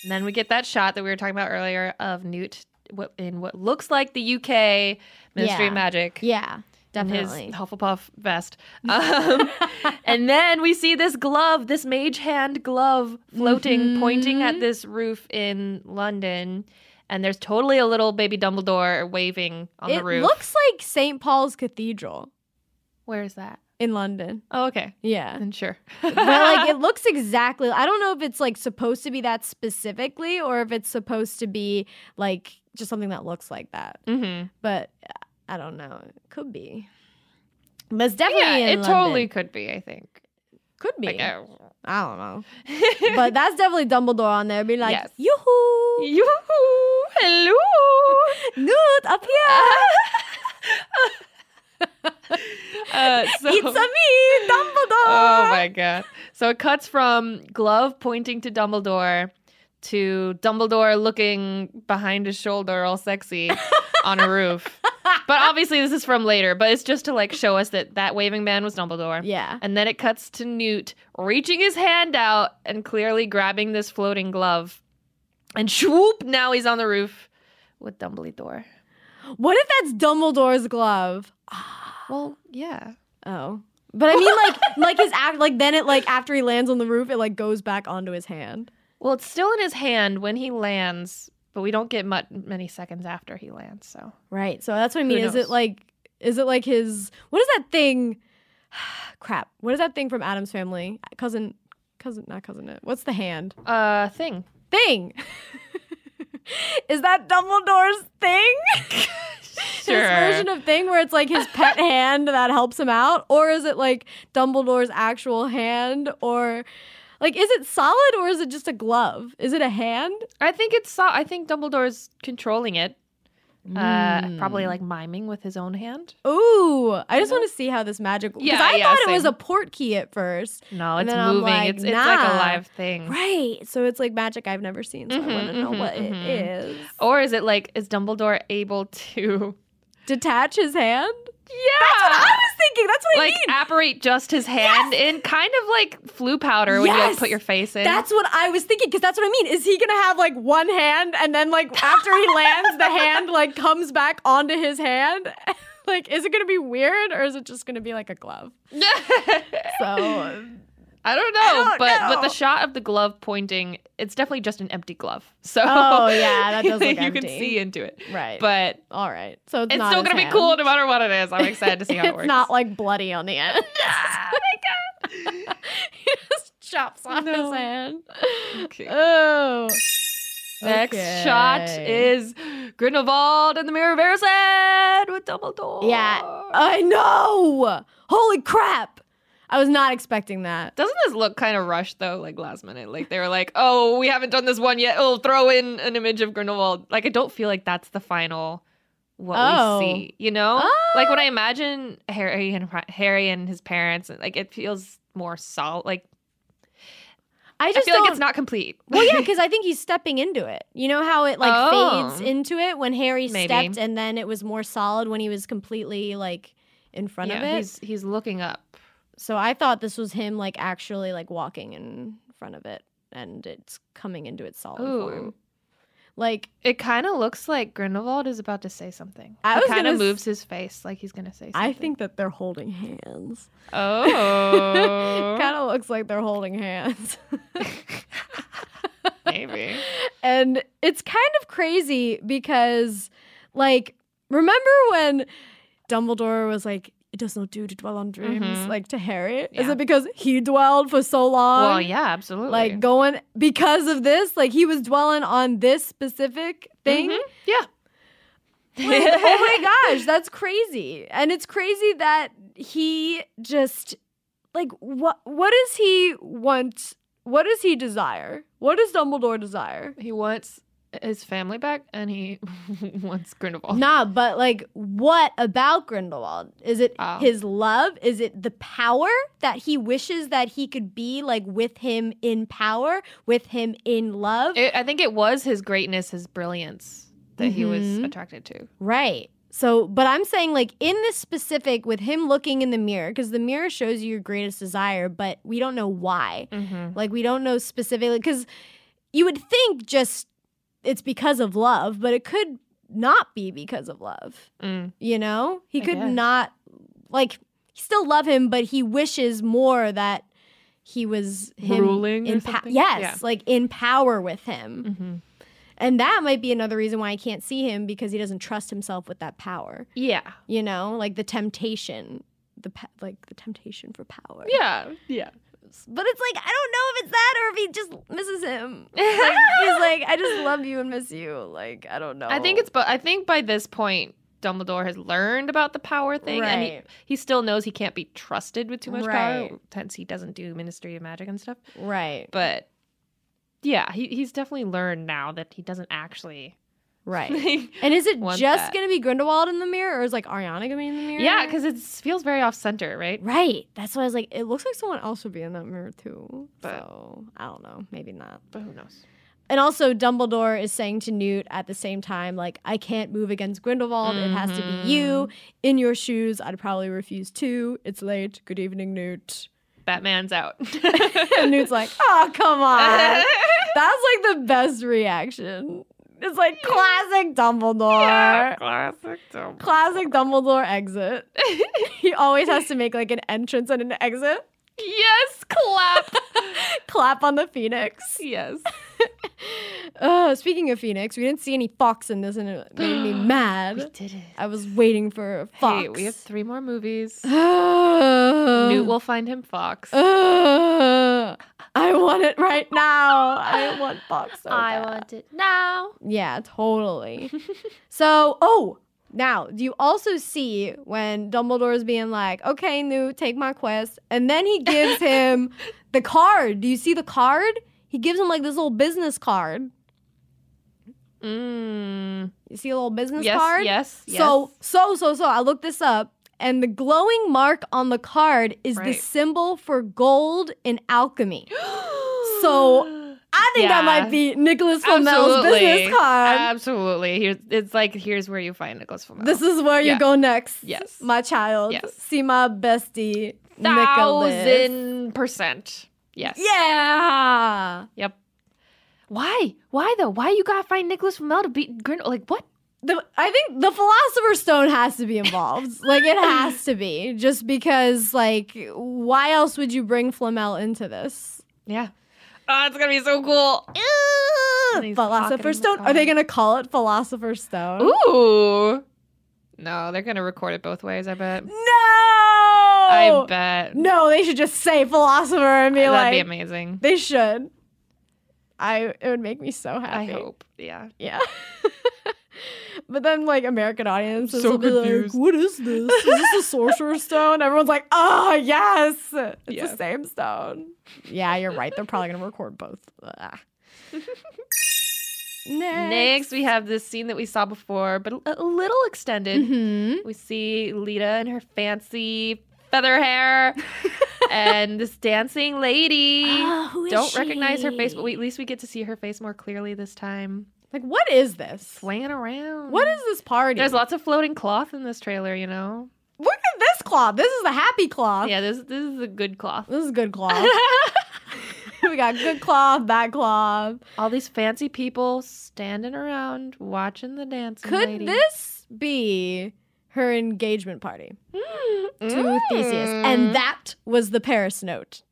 And then we get that shot that we were talking about earlier of Newt what- in what looks like the UK Ministry
Yeah.
of Magic.
Yeah,
in Mm-hmm.
definitely.
His Hufflepuff vest. Um, And then we see this glove, this mage hand glove floating, pointing
Mhm.
at this roof in London. And there's totally a little baby Dumbledore waving on
it
the roof.
looks like St. Paul's Cathedral
Where is that?
in London.
Oh, okay.
Yeah.
Then sure.
but like it looks exactly I don't know if it's like supposed to be that specifically or if it's supposed to be like just something that looks like that.
Mhm.
but I don't know. It could be. But it's definitely
Yeah,
in
it
London.
totally could be, I think.
could be.
Like, uh,
I
oh.
don't know. But that's definitely Dumbledore on there being like,
Yes.
yoo-hoo,
Yoo-hoo! Hello!
Newt up here,
Uh, so-
it's a
Ah.
me, Dumbledore.
Oh my god. So it cuts from glove pointing to Dumbledore to Dumbledore looking behind his shoulder, all sexy, on a roof. But obviously, this is from later. But it's just to like show us that that waving man was Dumbledore.
Yeah.
And then it cuts to Newt reaching his hand out and clearly grabbing this floating glove. And swoop, now he's on the roof with Dumbledore.
What if that's Dumbledore's glove? Ah,
Well, yeah.
Oh. But I mean like like his act like then it like after he lands on the roof it like goes back onto his hand.
Well, it's still in his hand when he lands, but we don't get much, many seconds after he lands. So
Right. So that's what I mean. Is
knows?
it like is it like his what is that thing? Crap. What is that thing from Adam's family? Cousin cousin not cousin it. What's the hand?
uh, thing.
Thing. is that Dumbledore's thing? His version of thing where it's like his pet hand that helps him out, or is it like Dumbledore's actual hand, or like is it solid or is it just a glove? Is it a hand?
I think it's. so- I think Dumbledore's controlling it. Uh, probably like miming with his own hand.
Hmm. Ooh, I just want to see how this magic. Because
Yeah,
I
yeah,
thought it was
same.
a port key at first,
No,
And
it's
then I'm
moving.
like,
it's it's like a
nah.
live thing.
right? So it's like magic I've never seen. So I want to
Mhm,
know
mhm,
what
mhm.
it is.
Or is it like is Dumbledore able to
Detach his hand.
Yeah.
That's what I was thinking. That's what
Ah! like
I mean.
apparate just his hand in kind of like flu powder when you like
Yes!
put your face in.
That's what I was thinking because that's what I mean. Is he gonna have like one hand and then like after he lands, the hand like comes back onto his hand? like, is it gonna be weird or is it just gonna be like a glove? So
I don't know,
don't
but but
know.
the shot of the glove pointing, it's definitely just an empty glove. So
Oh, yeah, that does look
you
empty.
can see into it.
right,
But
all right. So it's,
it's
not
still
his
gonna
hand.
be cool no matter what it is. I'm excited to see how it
it's
works.
not like bloody on the end.
Ah, my
he just chops off
No.
his hand.
God. Okay.
Oh,
Next shot
Okay.
is Grindelwald and the Mirror of Erised with Dumbledore.
Yeah. I know. Holy crap! I was not expecting that.
Doesn't this look kind of rushed though, like last minute? Like they were like, "Oh, we haven't done this one yet. Oh, throw in an image of Grindelwald." Like I don't feel like that's the final what
Oh.
we see. You know,
Oh.
like when I imagine Harry and Harry and his parents, like it feels more solid. Like
I
I,
just
feel
don't,
like it's not complete.
Well, yeah, because I think he's stepping into it. You know how it like
Oh.
fades into it when Harry
Maybe.
stepped, and then it was more solid when he was completely like in front
Yeah,
of it.
he's he's looking up.
So I thought this was him like actually like walking in front of it, and it's coming into its solid
Ooh.
form. Like
It kind of looks like Grindelwald is about to say something.
I
he
was
kind
gonna
of
s-
moves his face like he's gonna say something.
I think that they're holding hands.
Oh,
kind of looks like they're holding hands.
maybe.
And it's kind of crazy because, like, remember when Dumbledore was like, it does not do to dwell on dreams,
Mhm.
like to Harry? Is
Yeah.
it because he dwelled for so long?
well, yeah, absolutely.
Like, going because of this, like, he was dwelling on this specific thing.
Mhm. Yeah.
Like, oh my gosh, that's crazy. And it's crazy that he just like what what does he want? What does he desire? What does Dumbledore desire?
He wants his family back and he wants Grindelwald.
Nah, but like what about Grindelwald? Is it
Oh.
his love? Is it the power that he wishes that he could be like with him in power, with him in love?
It- I think it was his greatness, his brilliance that he was
Mhm.
attracted to.
Right. So, but I'm saying like in this specific with him looking in the mirror because the mirror shows you your greatest desire, but we don't know why.
Mm-hmm.
Like we don't know specifically because you would think just it's because of love, but it could not be because of love.
Mm.
You know, he
I
could
guess.
not like still love him, but he wishes more that he was him
Ruling or
in pow-
something?
yes,
Yeah.
like in power with him.
hmm
And that might be another reason why I can't see him because he doesn't trust himself with that power.
Yeah.
You know, like the temptation, the pa- like the temptation for power.
Yeah. Yeah.
But it's like I don't know if it's that or if he just misses him. Like, he's like, I just love you and miss you. Like I don't know.
I think it's, but I think by this point, Dumbledore has learned about the power thing, and he,
Right.
he still knows he can't be trusted with too much power,
Right.
hence he doesn't do Ministry of Magic and stuff.
right,
But yeah, he, he's definitely learned now that he doesn't actually.
right. And is it
want
just
that.
gonna be Grindelwald in the mirror, or is like Ariana gonna be in the mirror?
Yeah, because it feels very off center, right?
right. That's why I was like, it looks like someone else would be in that mirror too.
But-
so I don't know. Maybe not.
But who knows?
and also Dumbledore is saying to Newt at the same time, like, I can't move against Grindelwald. It has to be you in your shoes. I'd probably refuse too. It's late. Good evening, Newt.
Batman's out.
And Newt's like, oh, come on. That's like the best reaction. It's like classic Dumbledore.
Yeah, classic Dumbledore.
Classic Dumbledore exit. he always has to make like an entrance and an exit.
Yes, clap.
Clap on the phoenix.
yes.
Uh, speaking of phoenix, we didn't see any fox in this, and it made me mad.
Did it.
I was waiting for a fox. Oh.
Hey, we have three more movies. Newt
Newt
will find him
Oh.
Fox.
Uh, I want it right now. I want fox. So bad.
it now.
Yeah, totally. so, oh, now do you also see when Dumbledore's being like, "Okay, Newt, take my quest," and then he gives him the card. Do you see the card? He gives him like this little business card.
Mm.
You see a little business
Yes,
card?
yes, yes.
So, so, so, so, I looked this up, and the glowing mark on the card is the
Right.
symbol for gold in alchemy. so- um, I think that
Yeah.
might be Nicholas Flamel's business card.
Absolutely. Here's it's like here's where you find Nicholas Flamel.
This is where you
Yeah.
go next.
Yes.
My child.
Yes.
See my bestie. Nicholas.
thousand percent. Yes.
Yeah.
Yep. Why? Why though? Why you gotta find Nicholas Flamel to beat Grind? Like what?
The, I think the Philosopher's Stone has to be involved. like, it has to be. Just because, like, why else would you bring Flamel into this?
Yeah. Oh, it's gonna be so cool. And he's pocketing the
Philosopher's Stone? Are they
card.
going to call it Philosopher's Stone?
Ooh. No, they're gonna record it both ways. I bet.
No!
I bet.
No, they should just say Philosopher and be
That'd
like,
be amazing.
they should. I, it would make me so
I
happy.
hope. Yeah.
Yeah. but then like American audiences
So
will be
confused.
like, what is this? Is this a sorcerer's stone? Everyone's like, oh yes. It's
Yeah.
the same stone. Yeah, you're right. They're probably gonna record both. Ah. Next.
Next, we have this scene that we saw before, but a a little extended.
hmm
We see Lita and her fancy feather hair and this dancing lady.
Ah,
Don't recognize her face, but we, at least we get to see her face more clearly this time.
like what is this?
Flinging around.
What is this party?
There's lots of floating cloth in this trailer, you know?
Look at this cloth. This is the happy cloth.
Yeah, this this is a good cloth.
This is good cloth. we got good cloth, bad cloth.
All these fancy people standing around watching the dancing
Could
lady.
this be her engagement party to Theseus?
Mm.
And that was the Paris note.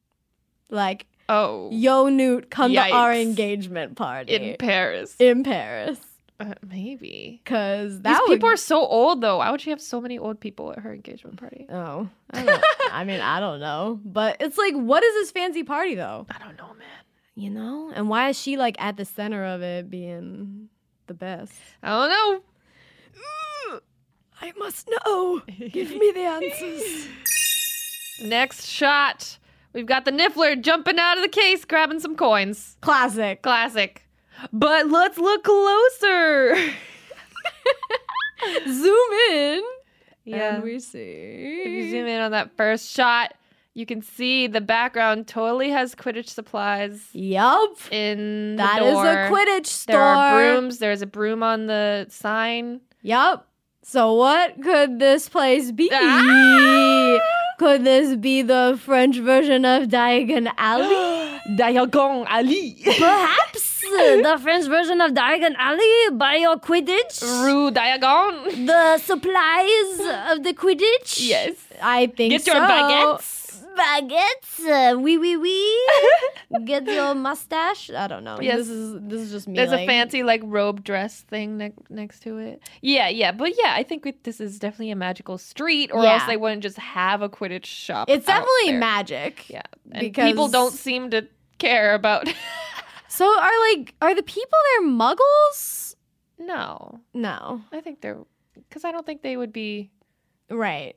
Like,
Oh.
yo, Newt, come to our
Yikes.
engagement party
in Paris.
in Paris.
Uh, maybe.
Because
These
that would-
people are so old, though. Why would she have so many old people at her engagement party?
Oh, I, don't, I mean, I don't know, but it's like, what is this fancy party though?
I don't know, man.
You know, and why is she like at the center of it, being the best?
I don't know.
I must know. Give me the answers.
Next shot. We've got the Niffler jumping out of the case, grabbing some coins.
Classic.
Classic. But let's look closer.
Zoom in.
yeah.
And we see.
if you zoom in on that first shot, you can see the background totally has Quidditch supplies
Yup.
in the
That is
door.
a Quidditch store.
There are brooms. There's a broom on the sign.
Yup. So what could this place be?
Ah!
Could this be the French version of Diagon Alley?
Diagon Ali.
Perhaps the French version of Diagon Alley by your Quidditch?
Rue Diagon.
the supplies of the Quidditch?
Yes.
I think
Get your
so.
baguettes.
Baguettes, uh, wee wee wee. Get your mustache. I don't know.
Yes.
This is this is just me.
There's a
like-
fancy like robe dress thing ne- next to it. Yeah, yeah, but yeah, I think it, this is definitely a magical street, or else
Yeah.
they wouldn't just have a Quidditch shop.
It's
out
definitely
there.
magic.
Yeah, and people
because-
don't seem to care about.
So are like are the people there muggles?
no,
No.
I think they're because I don't think they would be
Right.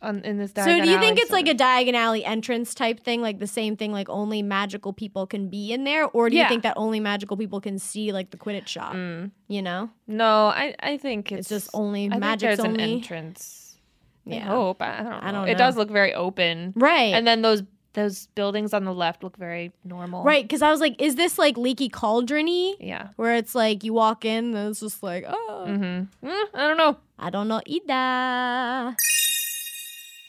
on in this.
so
Diagon
do you
Alley
think it's like a
sort
Diagon Alley entrance type thing, like the same thing, like only magical people can be in there? Or do
Yeah.
you think that only magical people can see like the Quidditch shop?
of- Mm.
You know?
No, I I think it's,
It's, just only
I think
magic's
there's an
only.
entrance. I
Yeah.
hope I I don't know.
I don't
It
know.
does look very open,
Right.
and then those those buildings on the left look very normal.
Right, because I was like, is this like leaky cauldrony?
Yeah.
Where it's like you walk in and it's just like, oh,
Mm-hmm. Mm, I don't know.
I don't know either.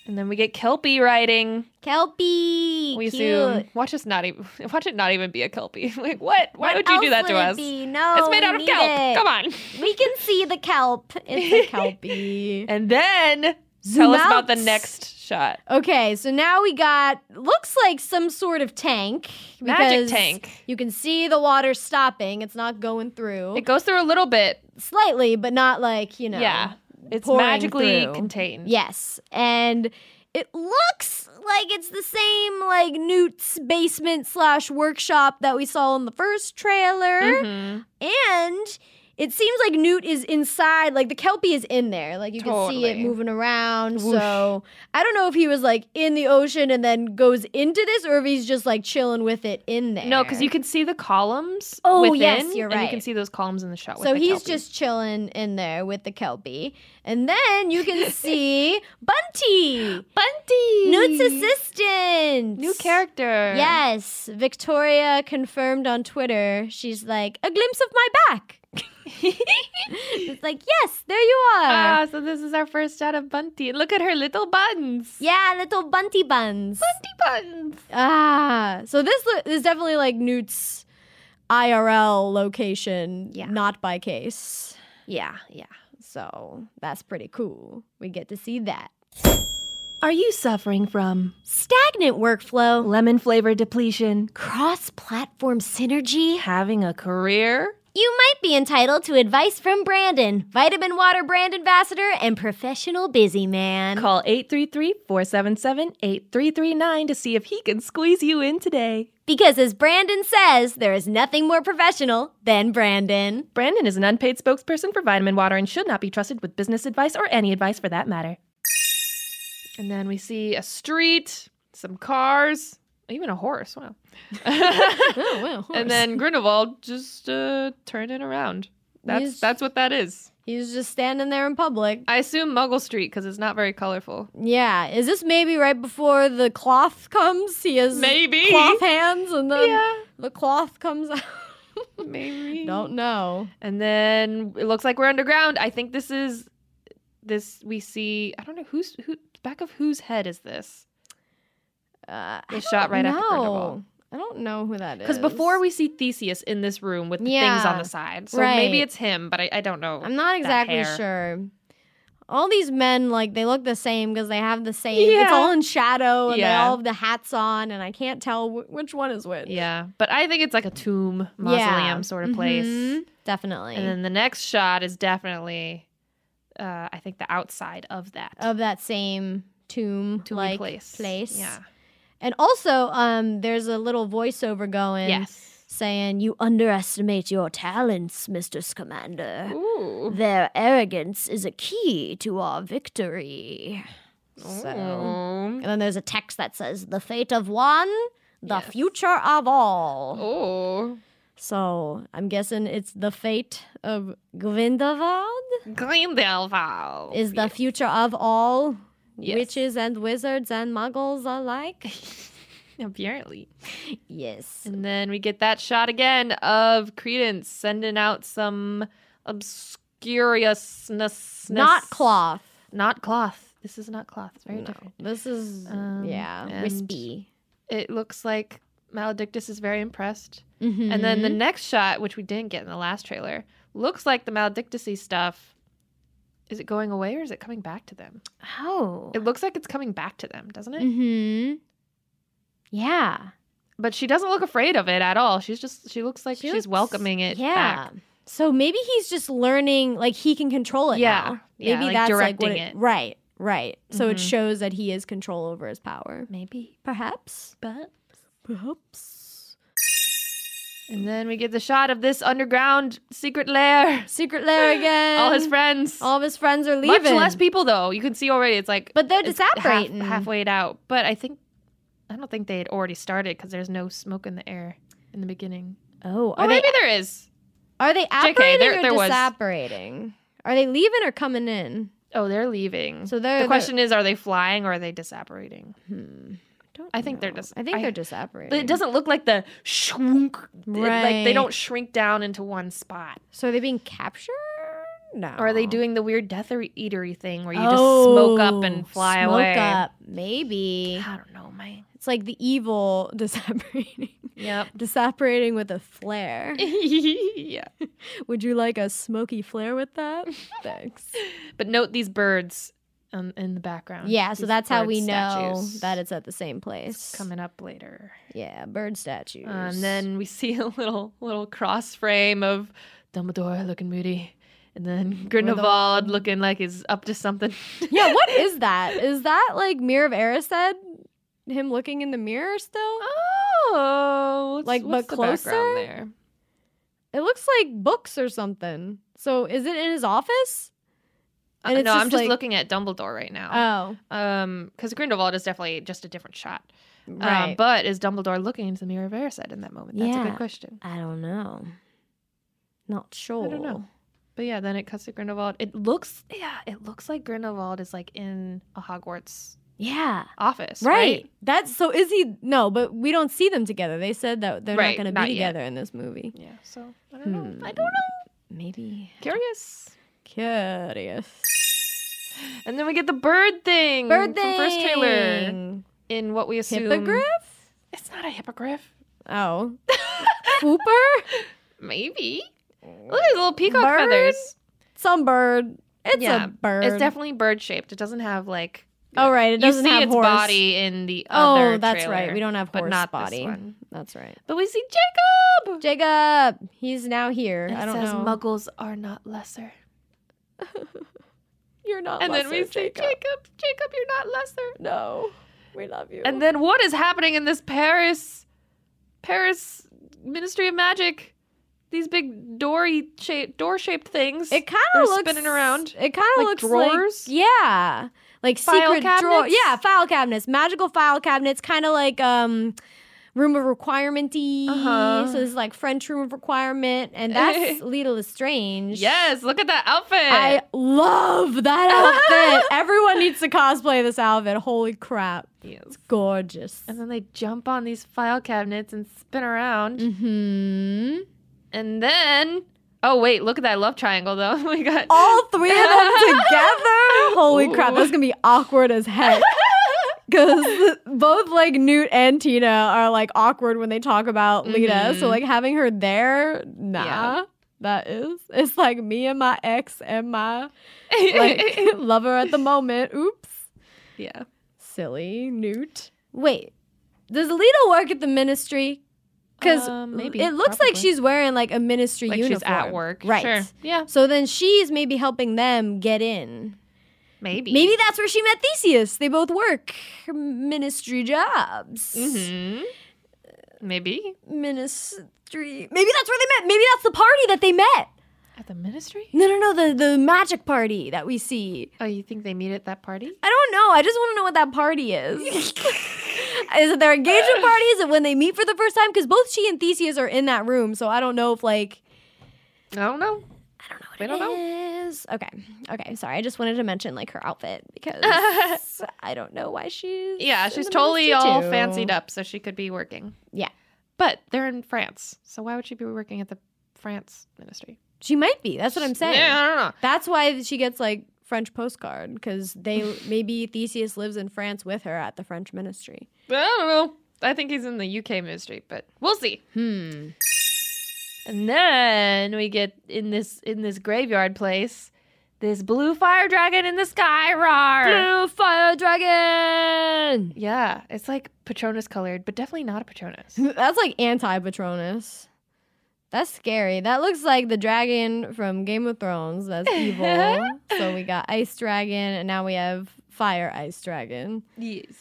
And then we get Kelpie riding.
Kelpie.
We
cute.
assume. Watch us not even. Watch it not even be a Kelpie. Like what? Why
What
would you do that
else
to
would it
us?
be? No,
It's made
we
out of
need
kelp.
it.
Come on.
We can see the kelp. It's a kelpie.
And then tell us about the next shot.
Okay, so now we got looks like some sort of tank.
Magic
because
tank.
You can see the water stopping. It's not going through.
It goes through a little bit.
Slightly, but not like, you know.
yeah. It's
pouring
magically
through.
contained.
Yes. And it looks like it's the same like Newt's basement slash workshop that we saw in the first trailer.
Mhm.
And it seems like Newt is inside, like the Kelpie is in there. Like you can see it
Totally.
moving around.
Whoosh.
So I don't know if he was like in the ocean and then goes into this or if he's just like chilling with it in there.
No, because you can see the columns.
Oh,
within,
yes, you're
And you can
right.
see those columns in the shot. with
So
the
he's
Kelpie.
just chilling in there with the Kelpie. And then you can see Bunty,
Bunty.
Newt's assistant.
New character.
Yes, Victoria confirmed on Twitter. She's like, a glimpse of my back. It's like, yes, there you are.
Ah, so this is our first shot of Bunty. Look at her little buns.
yeah, little bunty buns.
Bunty buns.
Ah, so this lo- is definitely like Newt's IRL location,
Yeah.
not by case.
Yeah, yeah.
So that's pretty cool. We get to see that.
Are you suffering from
Stagnant workflow,
lemon flavor depletion,
cross platform synergy.
having a career?
You might be entitled to advice from Brandon, vitamin water brand ambassador and professional busy man.
Call 833 477 8339 to see if he can squeeze you in today.
Because as Brandon says, there is nothing more professional than Brandon.
Brandon is an unpaid spokesperson for vitamin water and should not be trusted with business advice or any advice for that matter. And then we see a street, some cars, even a horse. Wow.
Oh, wow.
and then Grindelwald just uh, turning around. That's
He's-
that's what that is.
he's just standing there in public.
I assume Muggle Street because it's not very colorful.
Yeah. Is this maybe right before the cloth comes? He has
Maybe.
cloth hands and then
yeah,
the cloth comes out.
maybe.
Don't know.
And then it looks like we're underground. I think this is this we see. I don't know who's who. Back of whose head is this?
Uh,
They
I
shot
don't
right after
know.
Grindelwald.
I don't know who that is.
Because before we see Theseus in this room with the things on
Yeah,
the side, so maybe
right.
it's him. But I, I don't know.
I'm not exactly
hair.
sure. All these men, like, they look the same because they have the same. It's
Yeah.
all in shadow and they
Yeah.
all have the hats on, and I can't tell wh- which one is which.
yeah, but I think it's like a tomb mausoleum sort of place.
Mhm. Definitely.
And then the next shot is definitely, uh, I think, the outside of that
of that same tomb
tomb
like
place.
place.
Yeah.
And also, um, there's a little voiceover going
Yes.
saying, You underestimate your talents, Mr. Scamander.
Ooh.
Their arrogance is a key to our victory. So
So.
And then there's a text that says, The fate of one, the
Yes.
future of all.
Oh.
So I'm guessing it's the fate of Grindelwald
Grindelwald.
is the future of all
Oh, Yes.
witches and wizards and muggles alike.
Apparently.
yes.
And then we get that shot again of Credence sending out some obscuriousness.
Not cloth.
Not cloth. This is not cloth. It's very different.
This is
Um,
yeah,
and-
wispy.
It looks like Maledictus is very impressed. And then the
Mm-hmm.
next shot, which we didn't get in the last trailer, looks like the maledictacy stuff. Is it going away or is it coming back to them?
oh,
It looks like it's coming back to them, doesn't it?
mm-hmm. yeah,
But she doesn't look afraid of it at all. She's just she looks like
She
she's
looks-
welcoming it
yeah.
back.
So maybe he's just learning, like he can control it.
Yeah.
now.
Yeah,
maybe
like
that's
directing
like what
it.
Right, right. So it
Mhm.
shows that he has control over his power.
Maybe,
Perhaps,
but
perhaps.
and then we get the shot of this underground secret lair.
Secret lair again.
all his friends.
All of his friends are
Much
leaving.
less people though. You can see already it's like
but they're
it's half,
disapparating.
halfway out. But I think I don't think they had already started because there's no smoke in the air in the beginning.
Oh,
Or
are they
maybe there is.
are they apparating
there-
or
there was.
disapparating? Are they leaving or coming in?
Oh, they're leaving.
So they're
the question is, are they flying or are they disapparating?
Hmm. I don't
I think they're
No.
just.
I think they're just separated.
It doesn't look like the shwunk. Like they
Right.
don't shrink down into one spot.
So are they being captured? No.
Or are they doing the weird death or eatery thing where you just smoke up and
Oh,
fly
smoke
away?
up. Maybe
I don't know, man.
it's like the evil disapparating,
Yep.
disapparating with a flare.
yeah.
Would you like a smoky flare with that? Thanks.
But note these birds um, in the background.
Yeah, so
These
that's how
bird
we know
statues.
that it's at the same place.
coming up later.
Yeah, bird statues.
And then we see a little little cross frame of Dumbledore looking moody, and then Grindelwald looking like he's up to something.
yeah, what is that? Is that like Mirror of Erised? Him looking in the mirror still?
Oh, what's-
Like,
what's the
but
background
closer?
there.
It looks like books or something. So is it in his office?
Uh,
And it's
no,
just
I'm just Uh,
like-
looking at Dumbledore right now.
Oh,
Um, because Grindelwald is definitely just a different shot.
Oh, right.
Um, but is Dumbledore looking into the mirror of Erised in that moment? That's a good
Yeah.
question.
I don't know. Not sure.
I don't know. But yeah, then it cuts to Grindelwald. It looks, yeah, it looks like Grindelwald is like in a Hogwarts
Yeah.
office,
Right.
right?
That's so is he no, but we don't see them together. They said that they're
Right,
not gonna
not
be
yet.
together in this movie.
Yeah. So I don't know. I
Hmm.
don't know.
Maybe
Curious.
curious.
And then we get the bird thing.
Bird
From
thing.
first trailer. In what we assume.
Hippogriff?
It's not a hippogriff.
Oh. Whooper?
Maybe. Look at his little peacock
Bird?
feathers.
Some bird. It's
Yeah,
a bird.
It's definitely bird shaped. It doesn't have like.
Oh right, it
you
doesn't
see
have
its
horse.
body in the other
oh, that's
trailer,
right. We don't have
but
horse
not
body.
This one.
That's right.
But we see Jacob.
Jacob, he's now here.
And it
I don't
says
know.
muggles are not lesser.
You're not.
and then we
lesser,
say, Jacob, Jacob, you're not lesser.
No, we love you.
And then what is happening in this Paris, Paris Ministry of Magic? These big dory shaped, door shaped things.
it kind
they're
of looks
spinning around,
It kind of
like
looks
drawers?
Like, yeah, like
File
secret drawer.
cabinets?
Yeah, file cabinets, magical file cabinets, kind of like um. Room of requirement-y.
Uh-huh.
So this is like French room of requirement, and that's Lita Lestrange.
yes, look at that outfit.
I love that outfit. Everyone needs to cosplay this outfit. Holy crap.
yes.
Gorgeous.
And then they jump on these file cabinets and spin around.
hmm
And then, oh wait, look at that love triangle though. we got
All three of them together. Holy crap.
Ooh.
That's going to be awkward as heck. Because both like Newt and Tina are like awkward when they talk about Lita. So
Mhm.
like having her there, nah.
Yeah.
That is. It's like me and my ex and my like lover at the moment. Oops.
yeah.
Silly Newt. Wait, does Alita work at the ministry? Because
Um, maybe,
it looks like
probably.
she's wearing like a ministry
Like
uniform.
she's at work,
right?
Sure. Yeah,
So then she's maybe helping them get in.
maybe.
Maybe that's where she met Theseus. They both work ministry jobs.
hmm Maybe
Ministry. Maybe that's where they met. Maybe that's the party that they met.
at the ministry.
No, no, no. The the magic party that we see.
Oh, you think they meet at that party?
I don't know. I just want to know what that party is. is it their engagement party? Is it when they meet for the first time? Because both she and Theseus are in that room, so I don't know if like
I don't know.
I don't know what
We don't
it is. Okay, okay. Sorry, I just wanted to mention like her outfit because I don't know why she's
Yeah,
in
she's
the
totally
ministry
all
too.
fancied up, so she could be working.
Yeah.
But they're in France, so why would she be working at the France ministry?
She might be. That's what I'm saying.
Yeah, I don't know.
That's why she gets like French postcard because they maybe Theseus lives in France with her at the French ministry.
But I don't know. I think he's in the UK ministry, but we'll see.
Hmm.
And then we get in this in this graveyard place, this blue fire dragon in the sky roar.
Blue fire dragon.
Yeah, it's like Patronus colored, but definitely not a Patronus.
That's like anti Patronus. That's scary. That looks like the dragon from Game of Thrones. That's evil. so we got ice dragon, and now we have fire ice dragon.
yes.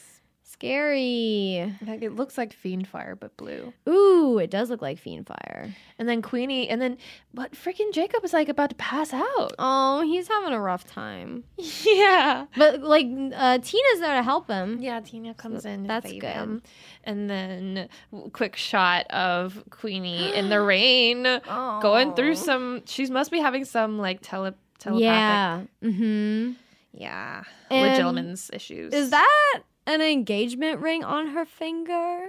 Scary.
Like it looks like fiend fire, but blue.
Ooh, it does look like fiend fire.
And then Queenie, and then but freaking Jacob is like about to pass out.
Oh, he's having a rough time.
Yeah.
But like, uh, Tina's there to help him.
Yeah, Tina comes
So
in. to
that's
save
good.
him. And then w- quick shot of Queenie in the rain
Oh.
going through some. She must be having some like tele telepathic.
Yeah. Mm-hmm.
Yeah.
And
With Gilman's issues.
Is that an engagement ring on her finger?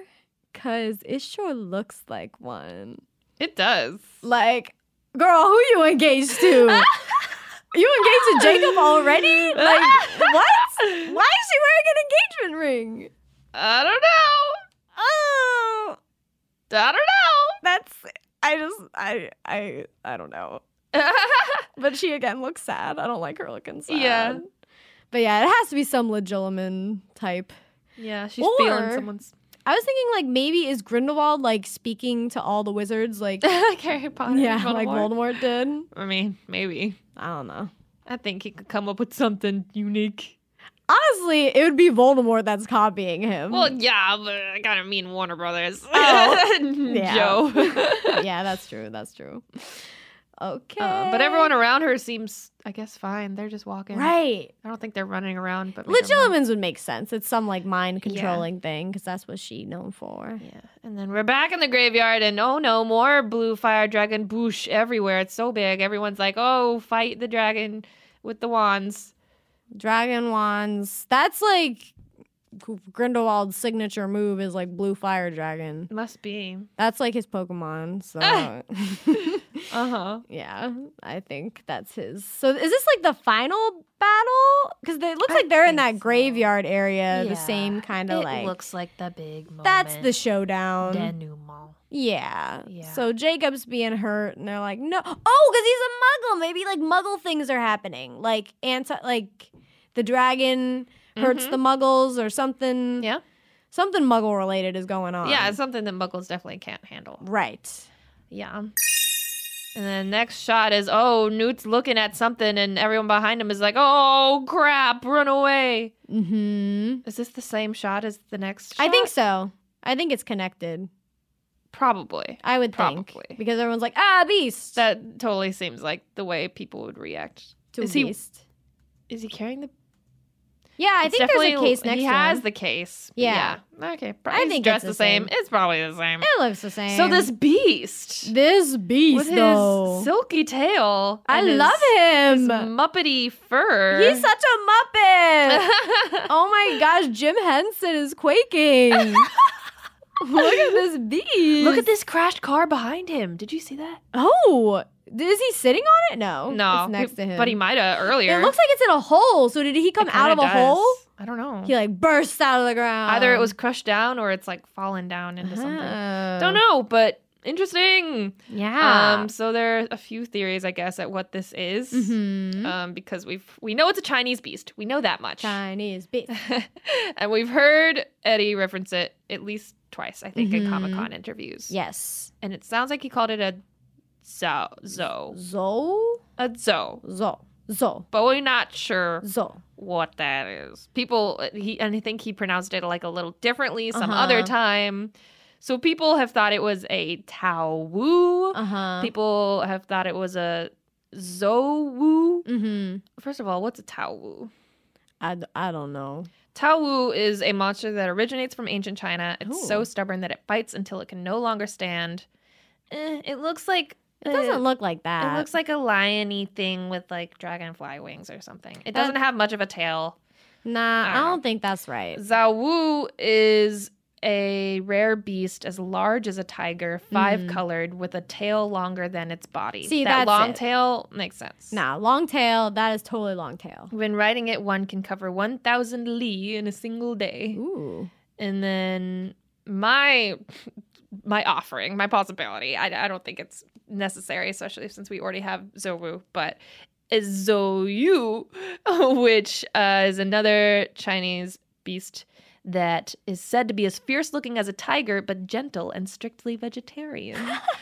Cause it sure looks like one.
It does.
Like, girl, who you engaged to? you engaged to Jacob already? Like, what? Why is she wearing an engagement ring?
I don't know.
Oh,
I don't
that's. I just. I. I. I don't know.
know.
But she again looks sad. I don't like her looking sad.
Yeah.
But yeah, it has to be some legilimens type.
yeah, she's feeling
Or-
someone's
I was thinking like maybe is Grindelwald like speaking to all the wizards like
Harry Potter.
yeah
Voldemort.
like Voldemort did.
I mean, maybe.
I don't know.
I think he could come up with something unique.
Honestly, it would be Voldemort that's copying him.
Well, yeah, but I gotta mean Warner Brothers.
Oh, yeah.
Joe.
yeah, that's true. That's true. Okay.
Uh, but everyone around her seems, I guess, fine. They're just walking.
right.
I don't think they're running around, but maybe I'm wrong.
Legilimens would make sense. It's some like mind controlling thing because that's what she known for.
Yeah. And then we're back in the graveyard, and oh no, more blue fire dragon boosh everywhere. It's so big. Everyone's like, oh, fight the dragon with the wands.
Dragon wands. That's like G- Grindelwald's signature move is like blue fire dragon.
Must be.
That's like his Pokemon. So
Ah. Uh huh.
yeah, I think that's his. So is this like the final battle? Because it looks like they're
think
in that
so.
graveyard area,
Yeah.
the same kind of like.
like the big moment.
that's the showdown.
denouement.
Yeah.
Yeah.
So Jacob's being hurt, and they're like, no. Oh, because he's a muggle. Maybe like muggle things are happening. Like anti, like the dragon hurts
Mhm.
the muggles or something.
Yeah.
Something muggle related is going on.
Yeah, it's something that muggles definitely can't handle.
Right.
Yeah. And then next shot is oh, Newt's looking at something, and everyone behind him is like, oh crap, run away.
Hmm.
Is this the same shot as the next?
I think
shot?
so. I think it's connected.
probably.
I would
Probably.
think because everyone's like, ah, beast.
That totally seems like the way people would react.
to
is he-
beast.
Is he carrying the?
yeah, I
It's
think there's a
definitely-
case next.
He
to
has
him.
the case.
Yeah.
Yeah. Okay.
I
Probably I
think
think dressed
it's
the
the
same.
same.
It's probably the same.
It looks the same.
So this beast
this beast
with
though.
his silky tail.
I
and his-
love him.
His muppety fur.
He's such a muppet. oh my gosh, Jim Henson is quaking. Look at this beast.
Look at this crashed car behind him. Did you see that?
Oh, is he sitting on it? No,
No,
it's next to him.
But he might have earlier.
It looks like it's in a hole. So did he
It
come out of a
kinda does.
hole?
I don't know.
He like bursts out of the ground.
Either it was crushed down or it's like fallen down into something.
Oh.
Don't know, but interesting.
Yeah.
Um, so there are a few theories, I guess, at what this is.
Mhm.
Um, because we've we know it's a Chinese beast. We know that much.
Chinese beast.
and we've heard Eddie reference it at least twice, I think, in
Mhm.
Comic Con interviews.
Yes.
And it sounds like he called it a zo zo.
Zo,
A zo.
zo, zo,
But we're not sure
zo.
what that is. People, he, and I think he pronounced it like a little differently some other
Uh-huh.
time. So people have thought it was a Tao Wu.
Uh huh.
People have thought it was a Zhou Wu.
Mm-hmm.
First of all, what's a Tao Wu?
I, d- I don't know.
Tao Wu is a monster that originates from ancient China. It's so
Ooh.
stubborn that it bites until it can no longer stand. Eh, it looks like
It doesn't look like that.
It looks like a liony thing with like dragonfly wings or something. It doesn't have much of a tail.
Nah,
I
I
don't
don't,
know.
think that's right.
Zhao Wu is a rare beast as large as a tiger, five
Mhm.
colored, with a tail longer than its body.
See,
that
that's
long
it.
tail makes sense.
Nah, long tail. That is totally long tail.
When riding it, one can cover 1,000 li in a single day.
Ooh.
And then my my offering, my possibility, I, I don't think it's necessary, especially since we already have Zowu, but is Zoyu, which uh, is another Chinese beast that is said to be as fierce looking as a tiger, but gentle and strictly vegetarian,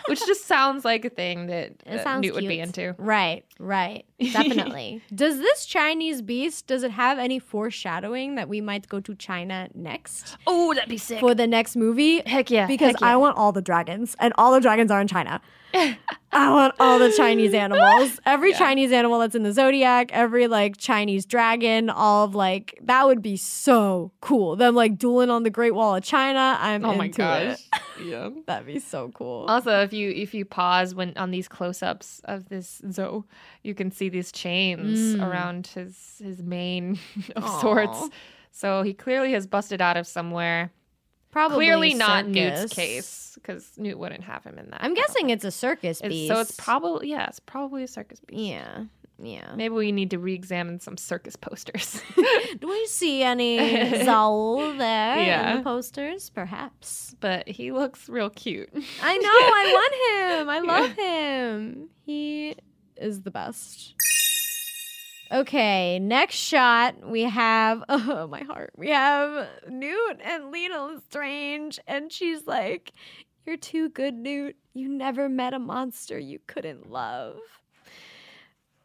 which just sounds like a thing that
It
uh,
sounds
Newt would be
cute.
into.
Right, right. Definitely. does this Chinese beast, does it have any foreshadowing that we might go to China next
Oh, that'd be sick.
for the next movie?
Heck yeah.
Because
heck yeah.
I want all the dragons, and all the dragons are in China. I want all the Chinese animals. Every
Yeah.
Chinese animal that's in the zodiac, every like Chinese dragon, all of like that would be so cool. Them like dueling on the Great Wall of China. I'm
Oh
into
my gosh. Uh,
it.
Yeah.
That'd be so cool.
Also, if you if you pause when on these close-ups of this Zo, you can see these chains
Mm.
around his his mane of
Aw.
sorts So he clearly has busted out of somewhere.
Probably
clearly not
circus.
Newt's case because Newt wouldn't have him in that.
I'm guessing it's a circus
It's-
beast.
so. It's probably yeah, it's probably a circus beast.
yeah, yeah.
Maybe we need to re-examine some circus posters.
Do we see any Zowl there in
Yeah.
the posters? Perhaps.
but he looks real cute.
I know. I want him. I love him. He is the best. Okay, next shot we have oh my heart. We have Newt and Lena Lestrange, and she's like, "You're too good, Newt. You never met a monster you couldn't love."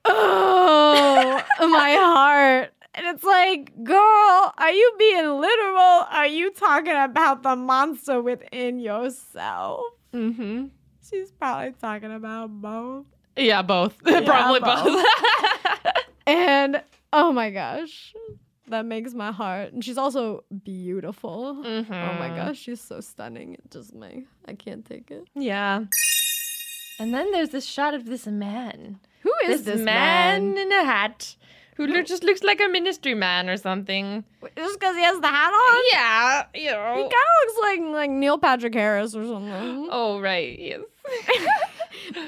Oh, my heart. And it's like, girl, are you being literal? Are you talking about the monster within yourself?
mm-hmm.
She's probably talking about both.
Yeah, both.
Probably
Probably
both.
both.
And oh my gosh, that makes my heart. And she's also beautiful.
mm-hmm.
Oh my gosh, she's so stunning. It just me. I can't take it.
Yeah. And then there's this shot of this man.
Who
This, man, in a hat who lo- just looks like a ministry man or something.
Just because he has the hat on?
Yeah, you
He
know.
kind of looks like like Neil Patrick Harris or something.
Oh right, yes.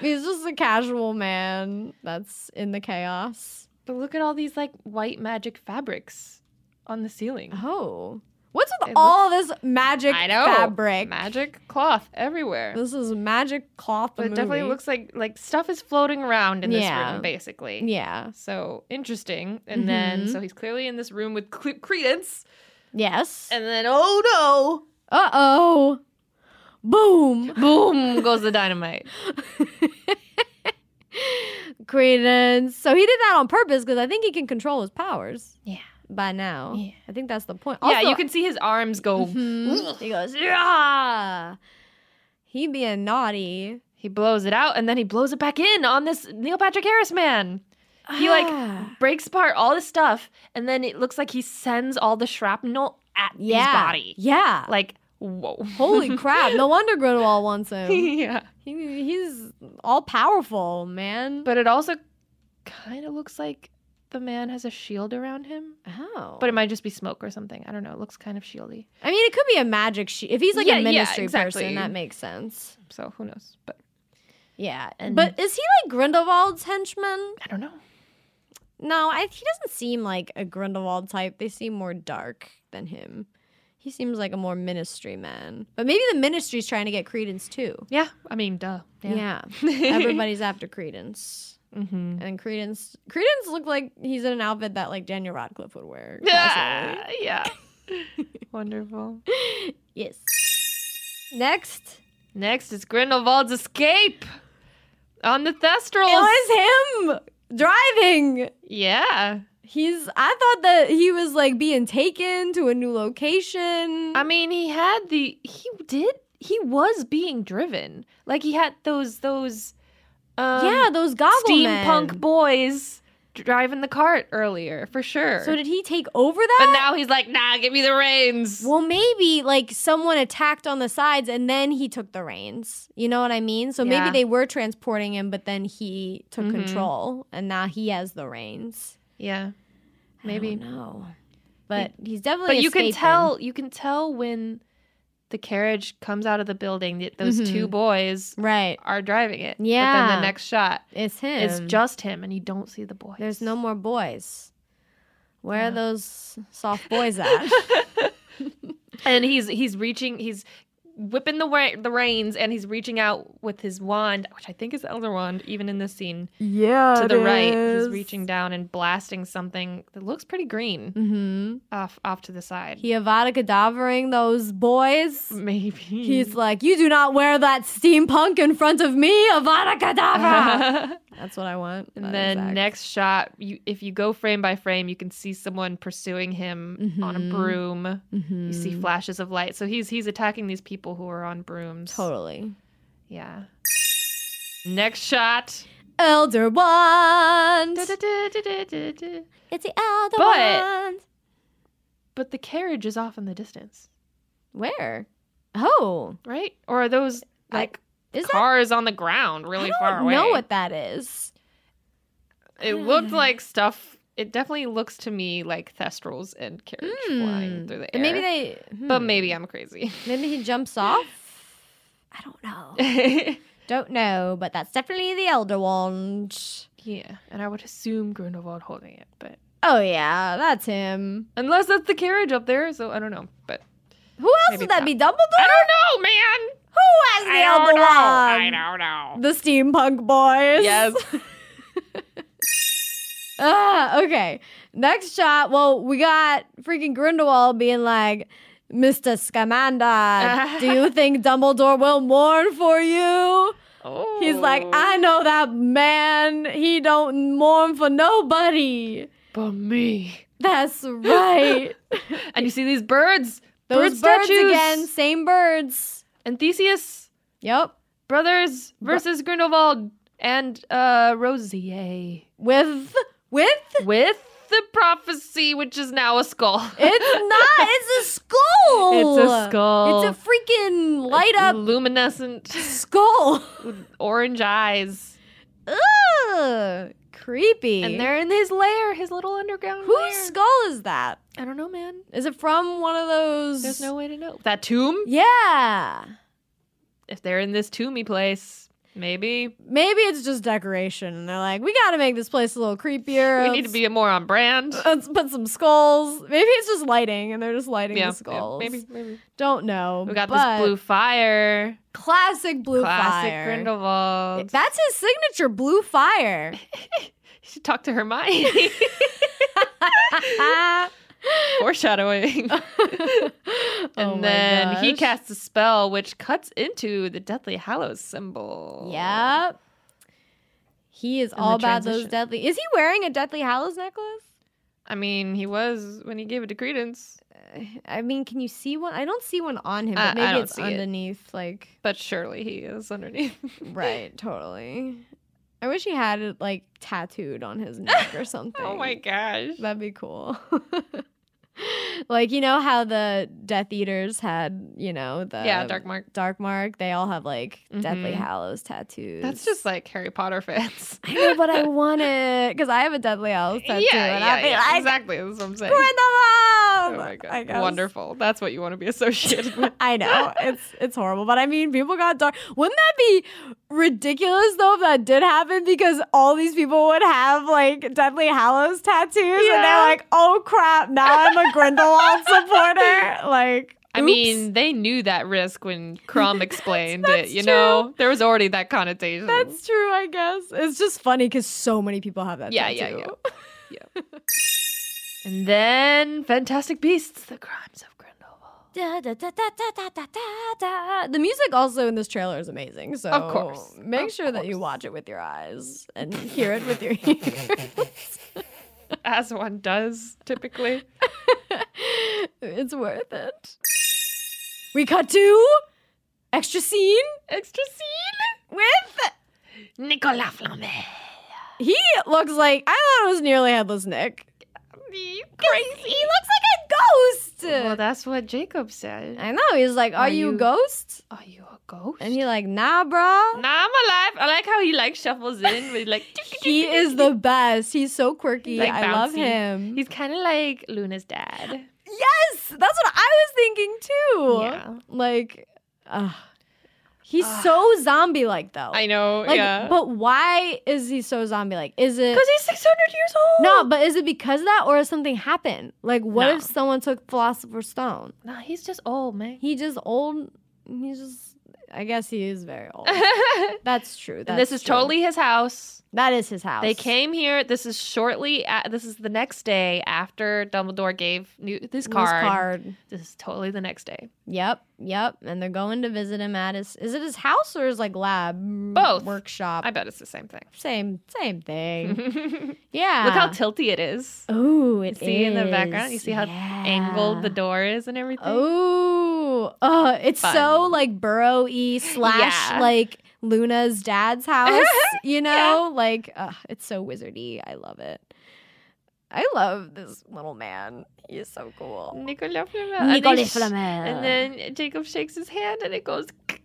He's just a casual man that's in the chaos.
but look at all these like white magic fabrics on the ceiling.
Oh, what's with
It
all this magic
Uh, I know.
fabric?
Magic cloth everywhere.
This is magic cloth.
But
the
it definitely
movie.
looks like like stuff is floating around in this
Yeah.
room, basically.
Yeah.
So interesting. And then
Mhm.
so he's clearly in this room with cl- credence.
Yes.
And then oh
Uh oh. Boom.
no, boom goes the dynamite.
Credence. So he did that on purpose because I think he can control his powers
Yeah.
by now.
Yeah.
I think that's the point.
yeah,
Also-
you can see his arms go.
Mhm. He goes, yeah. He being naughty.
He blows it out and then he blows it back in on this Neil Patrick Harris man. He, like,
Ah.
Breaks apart all this stuff and then it looks like he sends all the shrapnel at
yeah.
his body.
Yeah.
Like whoa.
Holy crap. No wonder Grindelwald wants him.
yeah.
He, he's all powerful, man.
But it also kind of looks like the man has a shield around him.
oh.
But it might just be smoke or something. I don't know. It looks kind of shieldy.
I mean, it could be a magic sheet. If he's like
Yeah,
a
yeah,
ministry person,
exactly.
that makes sense.
So who knows? But
Yeah.
And-
but is he like Grindelwald's henchman?
I don't know.
No, I, he doesn't seem like a Grindelwald type. They seem more dark than him. He seems like a more ministry man. But maybe the ministry's trying to get credence too.
Yeah. I mean, duh.
Yeah. Everybody's after credence.
mm-hmm.
And credence credence looked like he's in an outfit that like Daniel Radcliffe would wear.
Yeah. Yeah. Wonderful.
possibly. yes. Next.
Next is Grindelwald's escape on the Thestrals.
It was Oh, him driving.
yeah.
He's I thought that he was like being taken to a new location.
I mean, he had the he did he was being driven. Like he had those those um,
yeah, those goggle
steampunk
men.
boys driving the cart earlier for sure.
So did he take over that?
but now he's like, nah, give me the reins.
Well, maybe like someone attacked on the sides and then he took the reins. You know what I mean? So
Yeah.
maybe they were transporting him, but then he took
Mhm.
control and now he has the reins.
Yeah, maybe.
No. But he's definitely.
but you can
escaping.
tell you can tell when the carriage comes out of the building that those
Mm-hmm.
two boys
Right.
are driving it. But then
Yeah.
the next shot
It's him.
is just him, and you don't see the boys.
There's no more boys. Where
Yeah.
are those soft boys at?
and he's he's reaching he's whipping the re- the reins and he's reaching out with his wand which i think is elder wand even in this scene
yeah.
to the right he's reaching down and blasting something that looks pretty green
Mm-hmm.
off off to the side
He Avada Kedavering those boys.
maybe
He's like, you do not wear that steampunk in front of me, Avada Kedavra. That's what I want.
and then next shot you if you go frame by frame you can see someone pursuing him on a
Mhm.
broom you see
Mhm.
flashes of light so he's he's attacking these people who are on brooms
totally
yeah next shot
Elder Wand.
Da-da-da-da-da-da.
It's the Elder
But-
Wand.
but the carriage is off in the distance
Where? Oh,
right or are those
I-
like
is
cars on the ground
that?
really
I
far
don't
away
know what that is.
It looked like stuff it definitely looks to me like thestrals and carriage flying through the air.
And Hmm. maybe they.
but
hmm.
maybe I'm crazy.
Maybe he jumps off. I don't know.
yeah,
Don't know, but that's definitely the Elder Wand.
and I would assume Grindelwald holding it, but
Oh yeah, that's him.
unless that's the carriage up there, so I don't know. But
Who else
Maybe
would that
it's
be? Dumbledore?
I don't know, man.
Who has the
I
Elder
don't know. I don't
Wand?
know.
The steampunk boys.
Yes.
Ah, okay. Next shot. Well, we got freaking Grindelwald being like, Mr. Scamander, do you think Dumbledore will mourn for you?
Oh.
He's like, I know that man. He don't mourn for nobody.
but me.
That's right.
And you see these birds, bird
Those birds
statues.
again, same birds.
and Theseus
Yep.
brothers versus Grindelwald and uh Rosier
With with
with the prophecy, which is now a skull.
it's not, it's a skull.
It's a skull.
It's a freaking light up
luminescent
skull.
with orange eyes.
Ugh, creepy.
And they're in his lair, his little underground
Whose
lair.
skull is that?
I don't know, man.
Is it from one of those?
There's no way to know. That tomb?
Yeah.
If they're in this tomby place, maybe
Maybe it's just decoration, and they're like, we got to make this place a little creepier.
we need to
Let's-
be more on brand.
Let's put some skulls. Maybe it's just lighting, and they're just lighting
Yeah,
the skulls.
maybe, maybe.
Don't know.
We got
but
this blue fire.
classic blue
Classic
fire.
Grindelwald.
That's his signature, blue fire.
You should talk to Hermione.
Ah.
Foreshadowing.
Oh
and then he casts a spell which cuts into the Deathly Hallows symbol.
Yep. He is
the
all about those
transition.
deadly. Is he wearing a Deathly Hallows necklace?
I mean, he was when he gave it to Credence,
I mean, can you see one? I don't see one on him,
I- I
but maybe
don't
it's
see it.
underneath. Like
but surely he is underneath.
right, totally. I wish he had it like tattooed on his neck or something.
oh my gosh.
That'd be cool. like you know how the Death Eaters had, you know, the
yeah, Dark Mark.
Dark Mm-hmm. Mark. They all have like Deathly
Mhm.
Hallows tattoos.
That's just like Harry Potter fans.
I know, but I want it because I have a Deathly Hallows
yeah,
tattoo, and
yeah,
I'd be
yeah,
like,
exactly. That's what I'm saying. Oh
Grindelwald.
my
I
god.
guess.
Wonderful. That's what you want to be associated with.
I know it's it's horrible, but I mean, people got dark. Wouldn't that be ridiculous though if that did happen? Because all these people would have like Deadly Hallows tattoos, and
Yeah.
they're like, "Oh crap! Now I'm a Grindelwald supporter." Like,
I
oops.
mean, they knew that risk when Crumb explained
That's
it, you know? There was already that connotation.
that's true. I guess it's just funny because so many people have that.
Yeah, yeah,
tattoo.
and then Fantastic Beasts, The Crimes of Grindelwald.
Da, da, da, da, da, da, da, da, da. The music also in this trailer is amazing. So
Of course.
make
Of
sure that you
course.
watch it with your eyes and hear it with your ears.
As one does typically.
it's worth it. We cut to extra scene
Extra scene.
with
Nicolas Flamel.
he looks like I thought it was nearly headless Nick.
Crazy.
He looks like a
Well,
ghost.
that's what Jacob said.
I know. He's like, "Are,
Are
you,
you-
a ghost?"
Are you a ghost?
And he like, "Nah, bruh."
Nah, I'm alive. I like how he like shuffles in with like.
He is the best. He's so quirky.
Like
I love
bouncy.
him.
He's kind of like Luna's dad.
Yes, that's what I was thinking too.
Yeah.
Like, uh, he's
Ugh.
so zombie like though.
I know.
Like,
yeah.
but why is he so zombie like? Is it
he's 600 years old.
no? But is it because of that, or has something happened? Like, what
No.
if someone took Philosopher's Stone?
no, he's just old, man.
He just old. He's just. I guess he is very old.
and
That's true. That's
this is
true.
totally his house.
That is his house.
They came here. This is shortly. A- this is the next day after Dumbledore gave new- this
His
card.
card.
This is totally the next day.
Yep, yep. And they're going to visit him at his. Is it his house or his like lab?
Both.
workshop.
I Mhm. bet it's the same thing.
Same, same Ah. thing.
Look
yeah.
how tilty it is.
oh, it
You see in the background? You
is.
see how
Yeah.
Angled
Ah.
the door is and everything.
Oh, uh, it's so
Fun.
like Burrow-y slash
Yeah.
like Luna's dad's house. you know, like uh, it's so wizardy. I love it. I love this little man. He's so cool.
Nicolas Flamel. And they sh-
Flamel.
And then Jacob shakes his hand and it goes.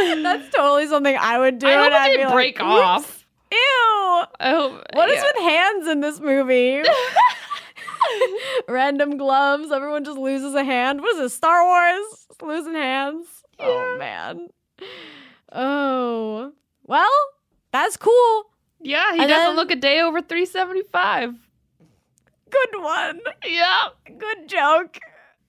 That's totally something I would do.
I
and
hope
I'd
it
be
didn't
like,
break
"Oops,
off.
Ew.
I hope.
What is
yeah.
with hands in this movie? Random gloves. Everyone just loses a hand. What is this? Star Wars? Just losing hands. Oh man. Oh. Well, that's cool.
Yeah, he
And
doesn't
then-
look a day over 375.
Good one.
Yeah,
Good joke.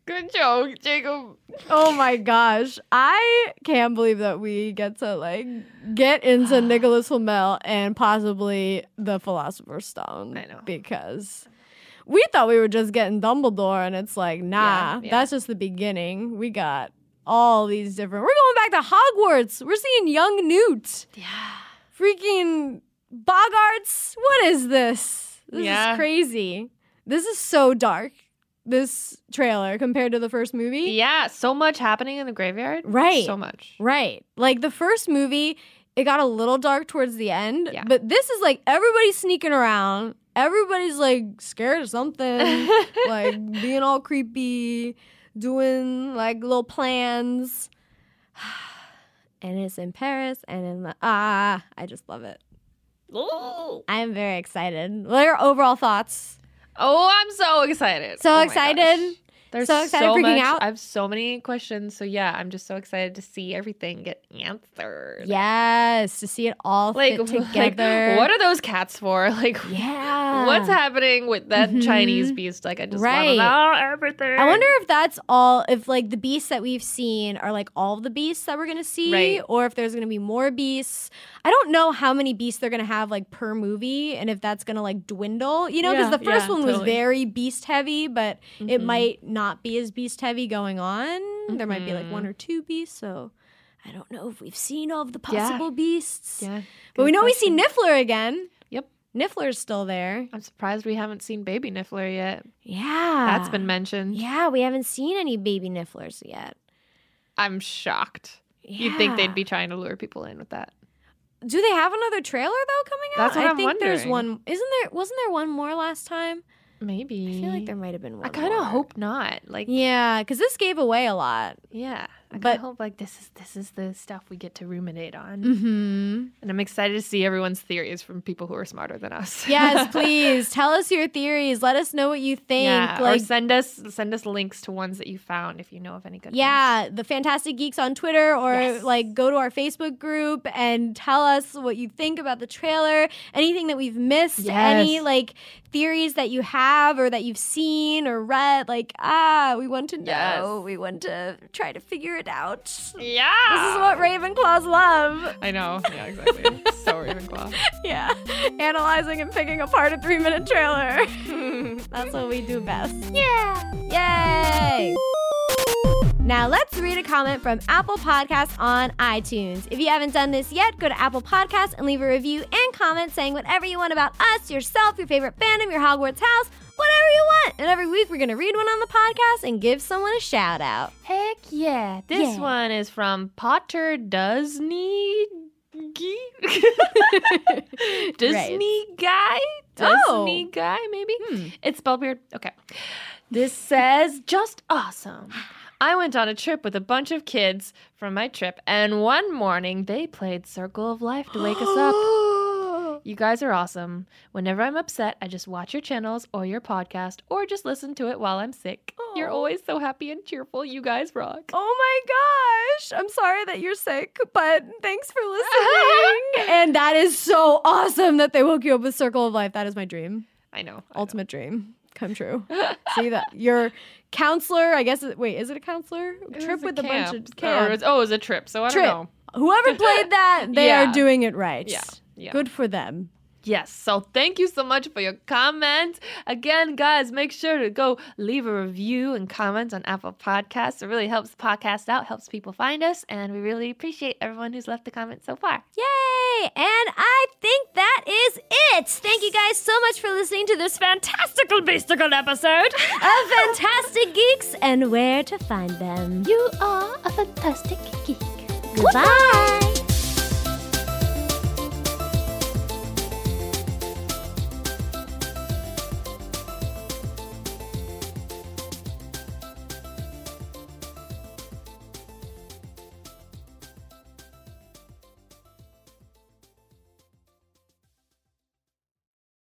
good joke, Jacob.
Oh my gosh. I can't believe that we get to like get into Nicholas Flamel and possibly the Philosopher's Stone.
I know.
Because we thought we were just getting Dumbledore and it's like, nah,
yeah.
that's just the beginning. We got all these different we're going back to Hogwarts. We're seeing young Newt.
Yeah.
Freaking Bogarts. What is this? This
Yeah.
is crazy. This is so dark. This trailer compared to the first movie.
Yeah, so much happening in the graveyard.
Right.
So much.
Right. Like the first movie, it got a little dark towards the end,
Yeah.
but this is like everybody's sneaking around. Everybody's like scared of something, like being all creepy, doing like little plans. And it's in Paris and in the ah, I just love it.
oh,
I'm very excited. What are your overall thoughts?
Oh, I'm so excited.
So
Oh my
excited.
gosh. There's
So excited, freaking
much.
out.
I have so many questions. So yeah, I'm just so excited to see everything get answered.
Yes, to see it all
Like,
fit
like,
together.
what are those cats for? Like
yeah.
what's happening with that
Mhm.
Chinese beast? Like I just
Right.
want to know everything.
I wonder if that's all. If like the beasts that we've seen are like all the beasts that we're gonna see,
Right.
or if there's gonna be more beasts. I don't know how many beasts they're gonna have like per movie, and if that's gonna like dwindle. You know, because
Yeah,
the first
yeah,
one was
totally.
very beast heavy, but it
Mhm.
might not be as beast heavy going on. There might be like one
Mm-hmm.
or two beasts, so I don't know if we've seen all of the
Yeah.
possible beasts.
Yeah.
but we
good
know
question.
we see Niffler again.
Yep.
Niffler's still there.
I'm surprised we haven't seen Baby Niffler yet.
Yeah,
That's been mentioned.
Yeah, we haven't seen any baby Nifflers yet.
I'm shocked. You'd think
Yeah.
they'd be trying to lure people in with that.
Do they have another trailer though coming out?
That's what
I
I'm
think there's
wondering.
one. Isn't there? Wasn't there one more last time?
Maybe.
I feel like there might have been one.
I kind
more.
of hope not. Like yeah,
Yeah, because this gave away a lot.
I kind
But-
of hope like this is this is the stuff we get to ruminate on.
Mm-hmm.
And I'm excited to see everyone's theories from people who are smarter than us.
Yes, please tell us your theories. Let us know what you think.
yeah, or
like,
send us send us links to ones that you found if you know of any good. ones.
yeah, the Fantastic Geeks on Twitter, or
Yes.
like go to our Facebook group and tell us what you think about the trailer. Anything that we've missed, any
Yes.
like theories that you have or that you've seen or read. Like, ah, we want to know.
Yes.
We want to try to figure it out.
yeah.
This is what Ravenclaws love.
I know. Yeah, exactly. so Ravenclaw.
Yeah. Analyzing and picking apart a three minute trailer. That's what we do best. Yeah. Yay. Now let's read a comment from Apple Podcasts on iTunes. If you haven't done this yet, go to Apple Podcasts and leave a review and comment saying whatever you want about us, yourself, your favorite fandom, your Hogwarts house, whatever you want. And every week we're going to read one on the podcast and give someone a shout out.
Heck yeah. This
Yeah.
one is from Potter Disney Disney guy?
Oh.
Disney guy, maybe?
Hmm.
It's spelled weird. Okay. This says just awesome. I went on a trip with a bunch of kids from my trip, and one morning they played Circle of Life to wake us up.
up.
You guys are awesome. Whenever I'm upset, I just watch your channels or your podcast or just listen to it while I'm sick. You're
Aw.
always so happy and cheerful. You guys rock.
Oh my gosh. I'm sorry that you're sick, but thanks for listening. and that is so awesome that they woke you up with Circle of Life. That is my dream.
I know. I know.
Ultimate dream come true. See that your counselor, I guess it- wait, is it a counselor?
It
Trip
was
with a bunch
camp.
of
Or it
camp.
was, oh, it was a trip. So I
Trip.
don't know.
Whoever played that, they are
Yeah.
doing it right.
Yeah. Yeah.
Good for them.
Yes. So thank you so much for your comments. Again, guys, make sure to go leave a review and comment on Apple Podcasts. It really helps the podcast out, helps people find us, and we really appreciate everyone who's left a comment so far.
Yay! And I think that is it. Thank you guys so much for listening to this fantastical beastical episode of Fantastic Geeks and where to find them.
You are a fantastic geek.
Goodbye.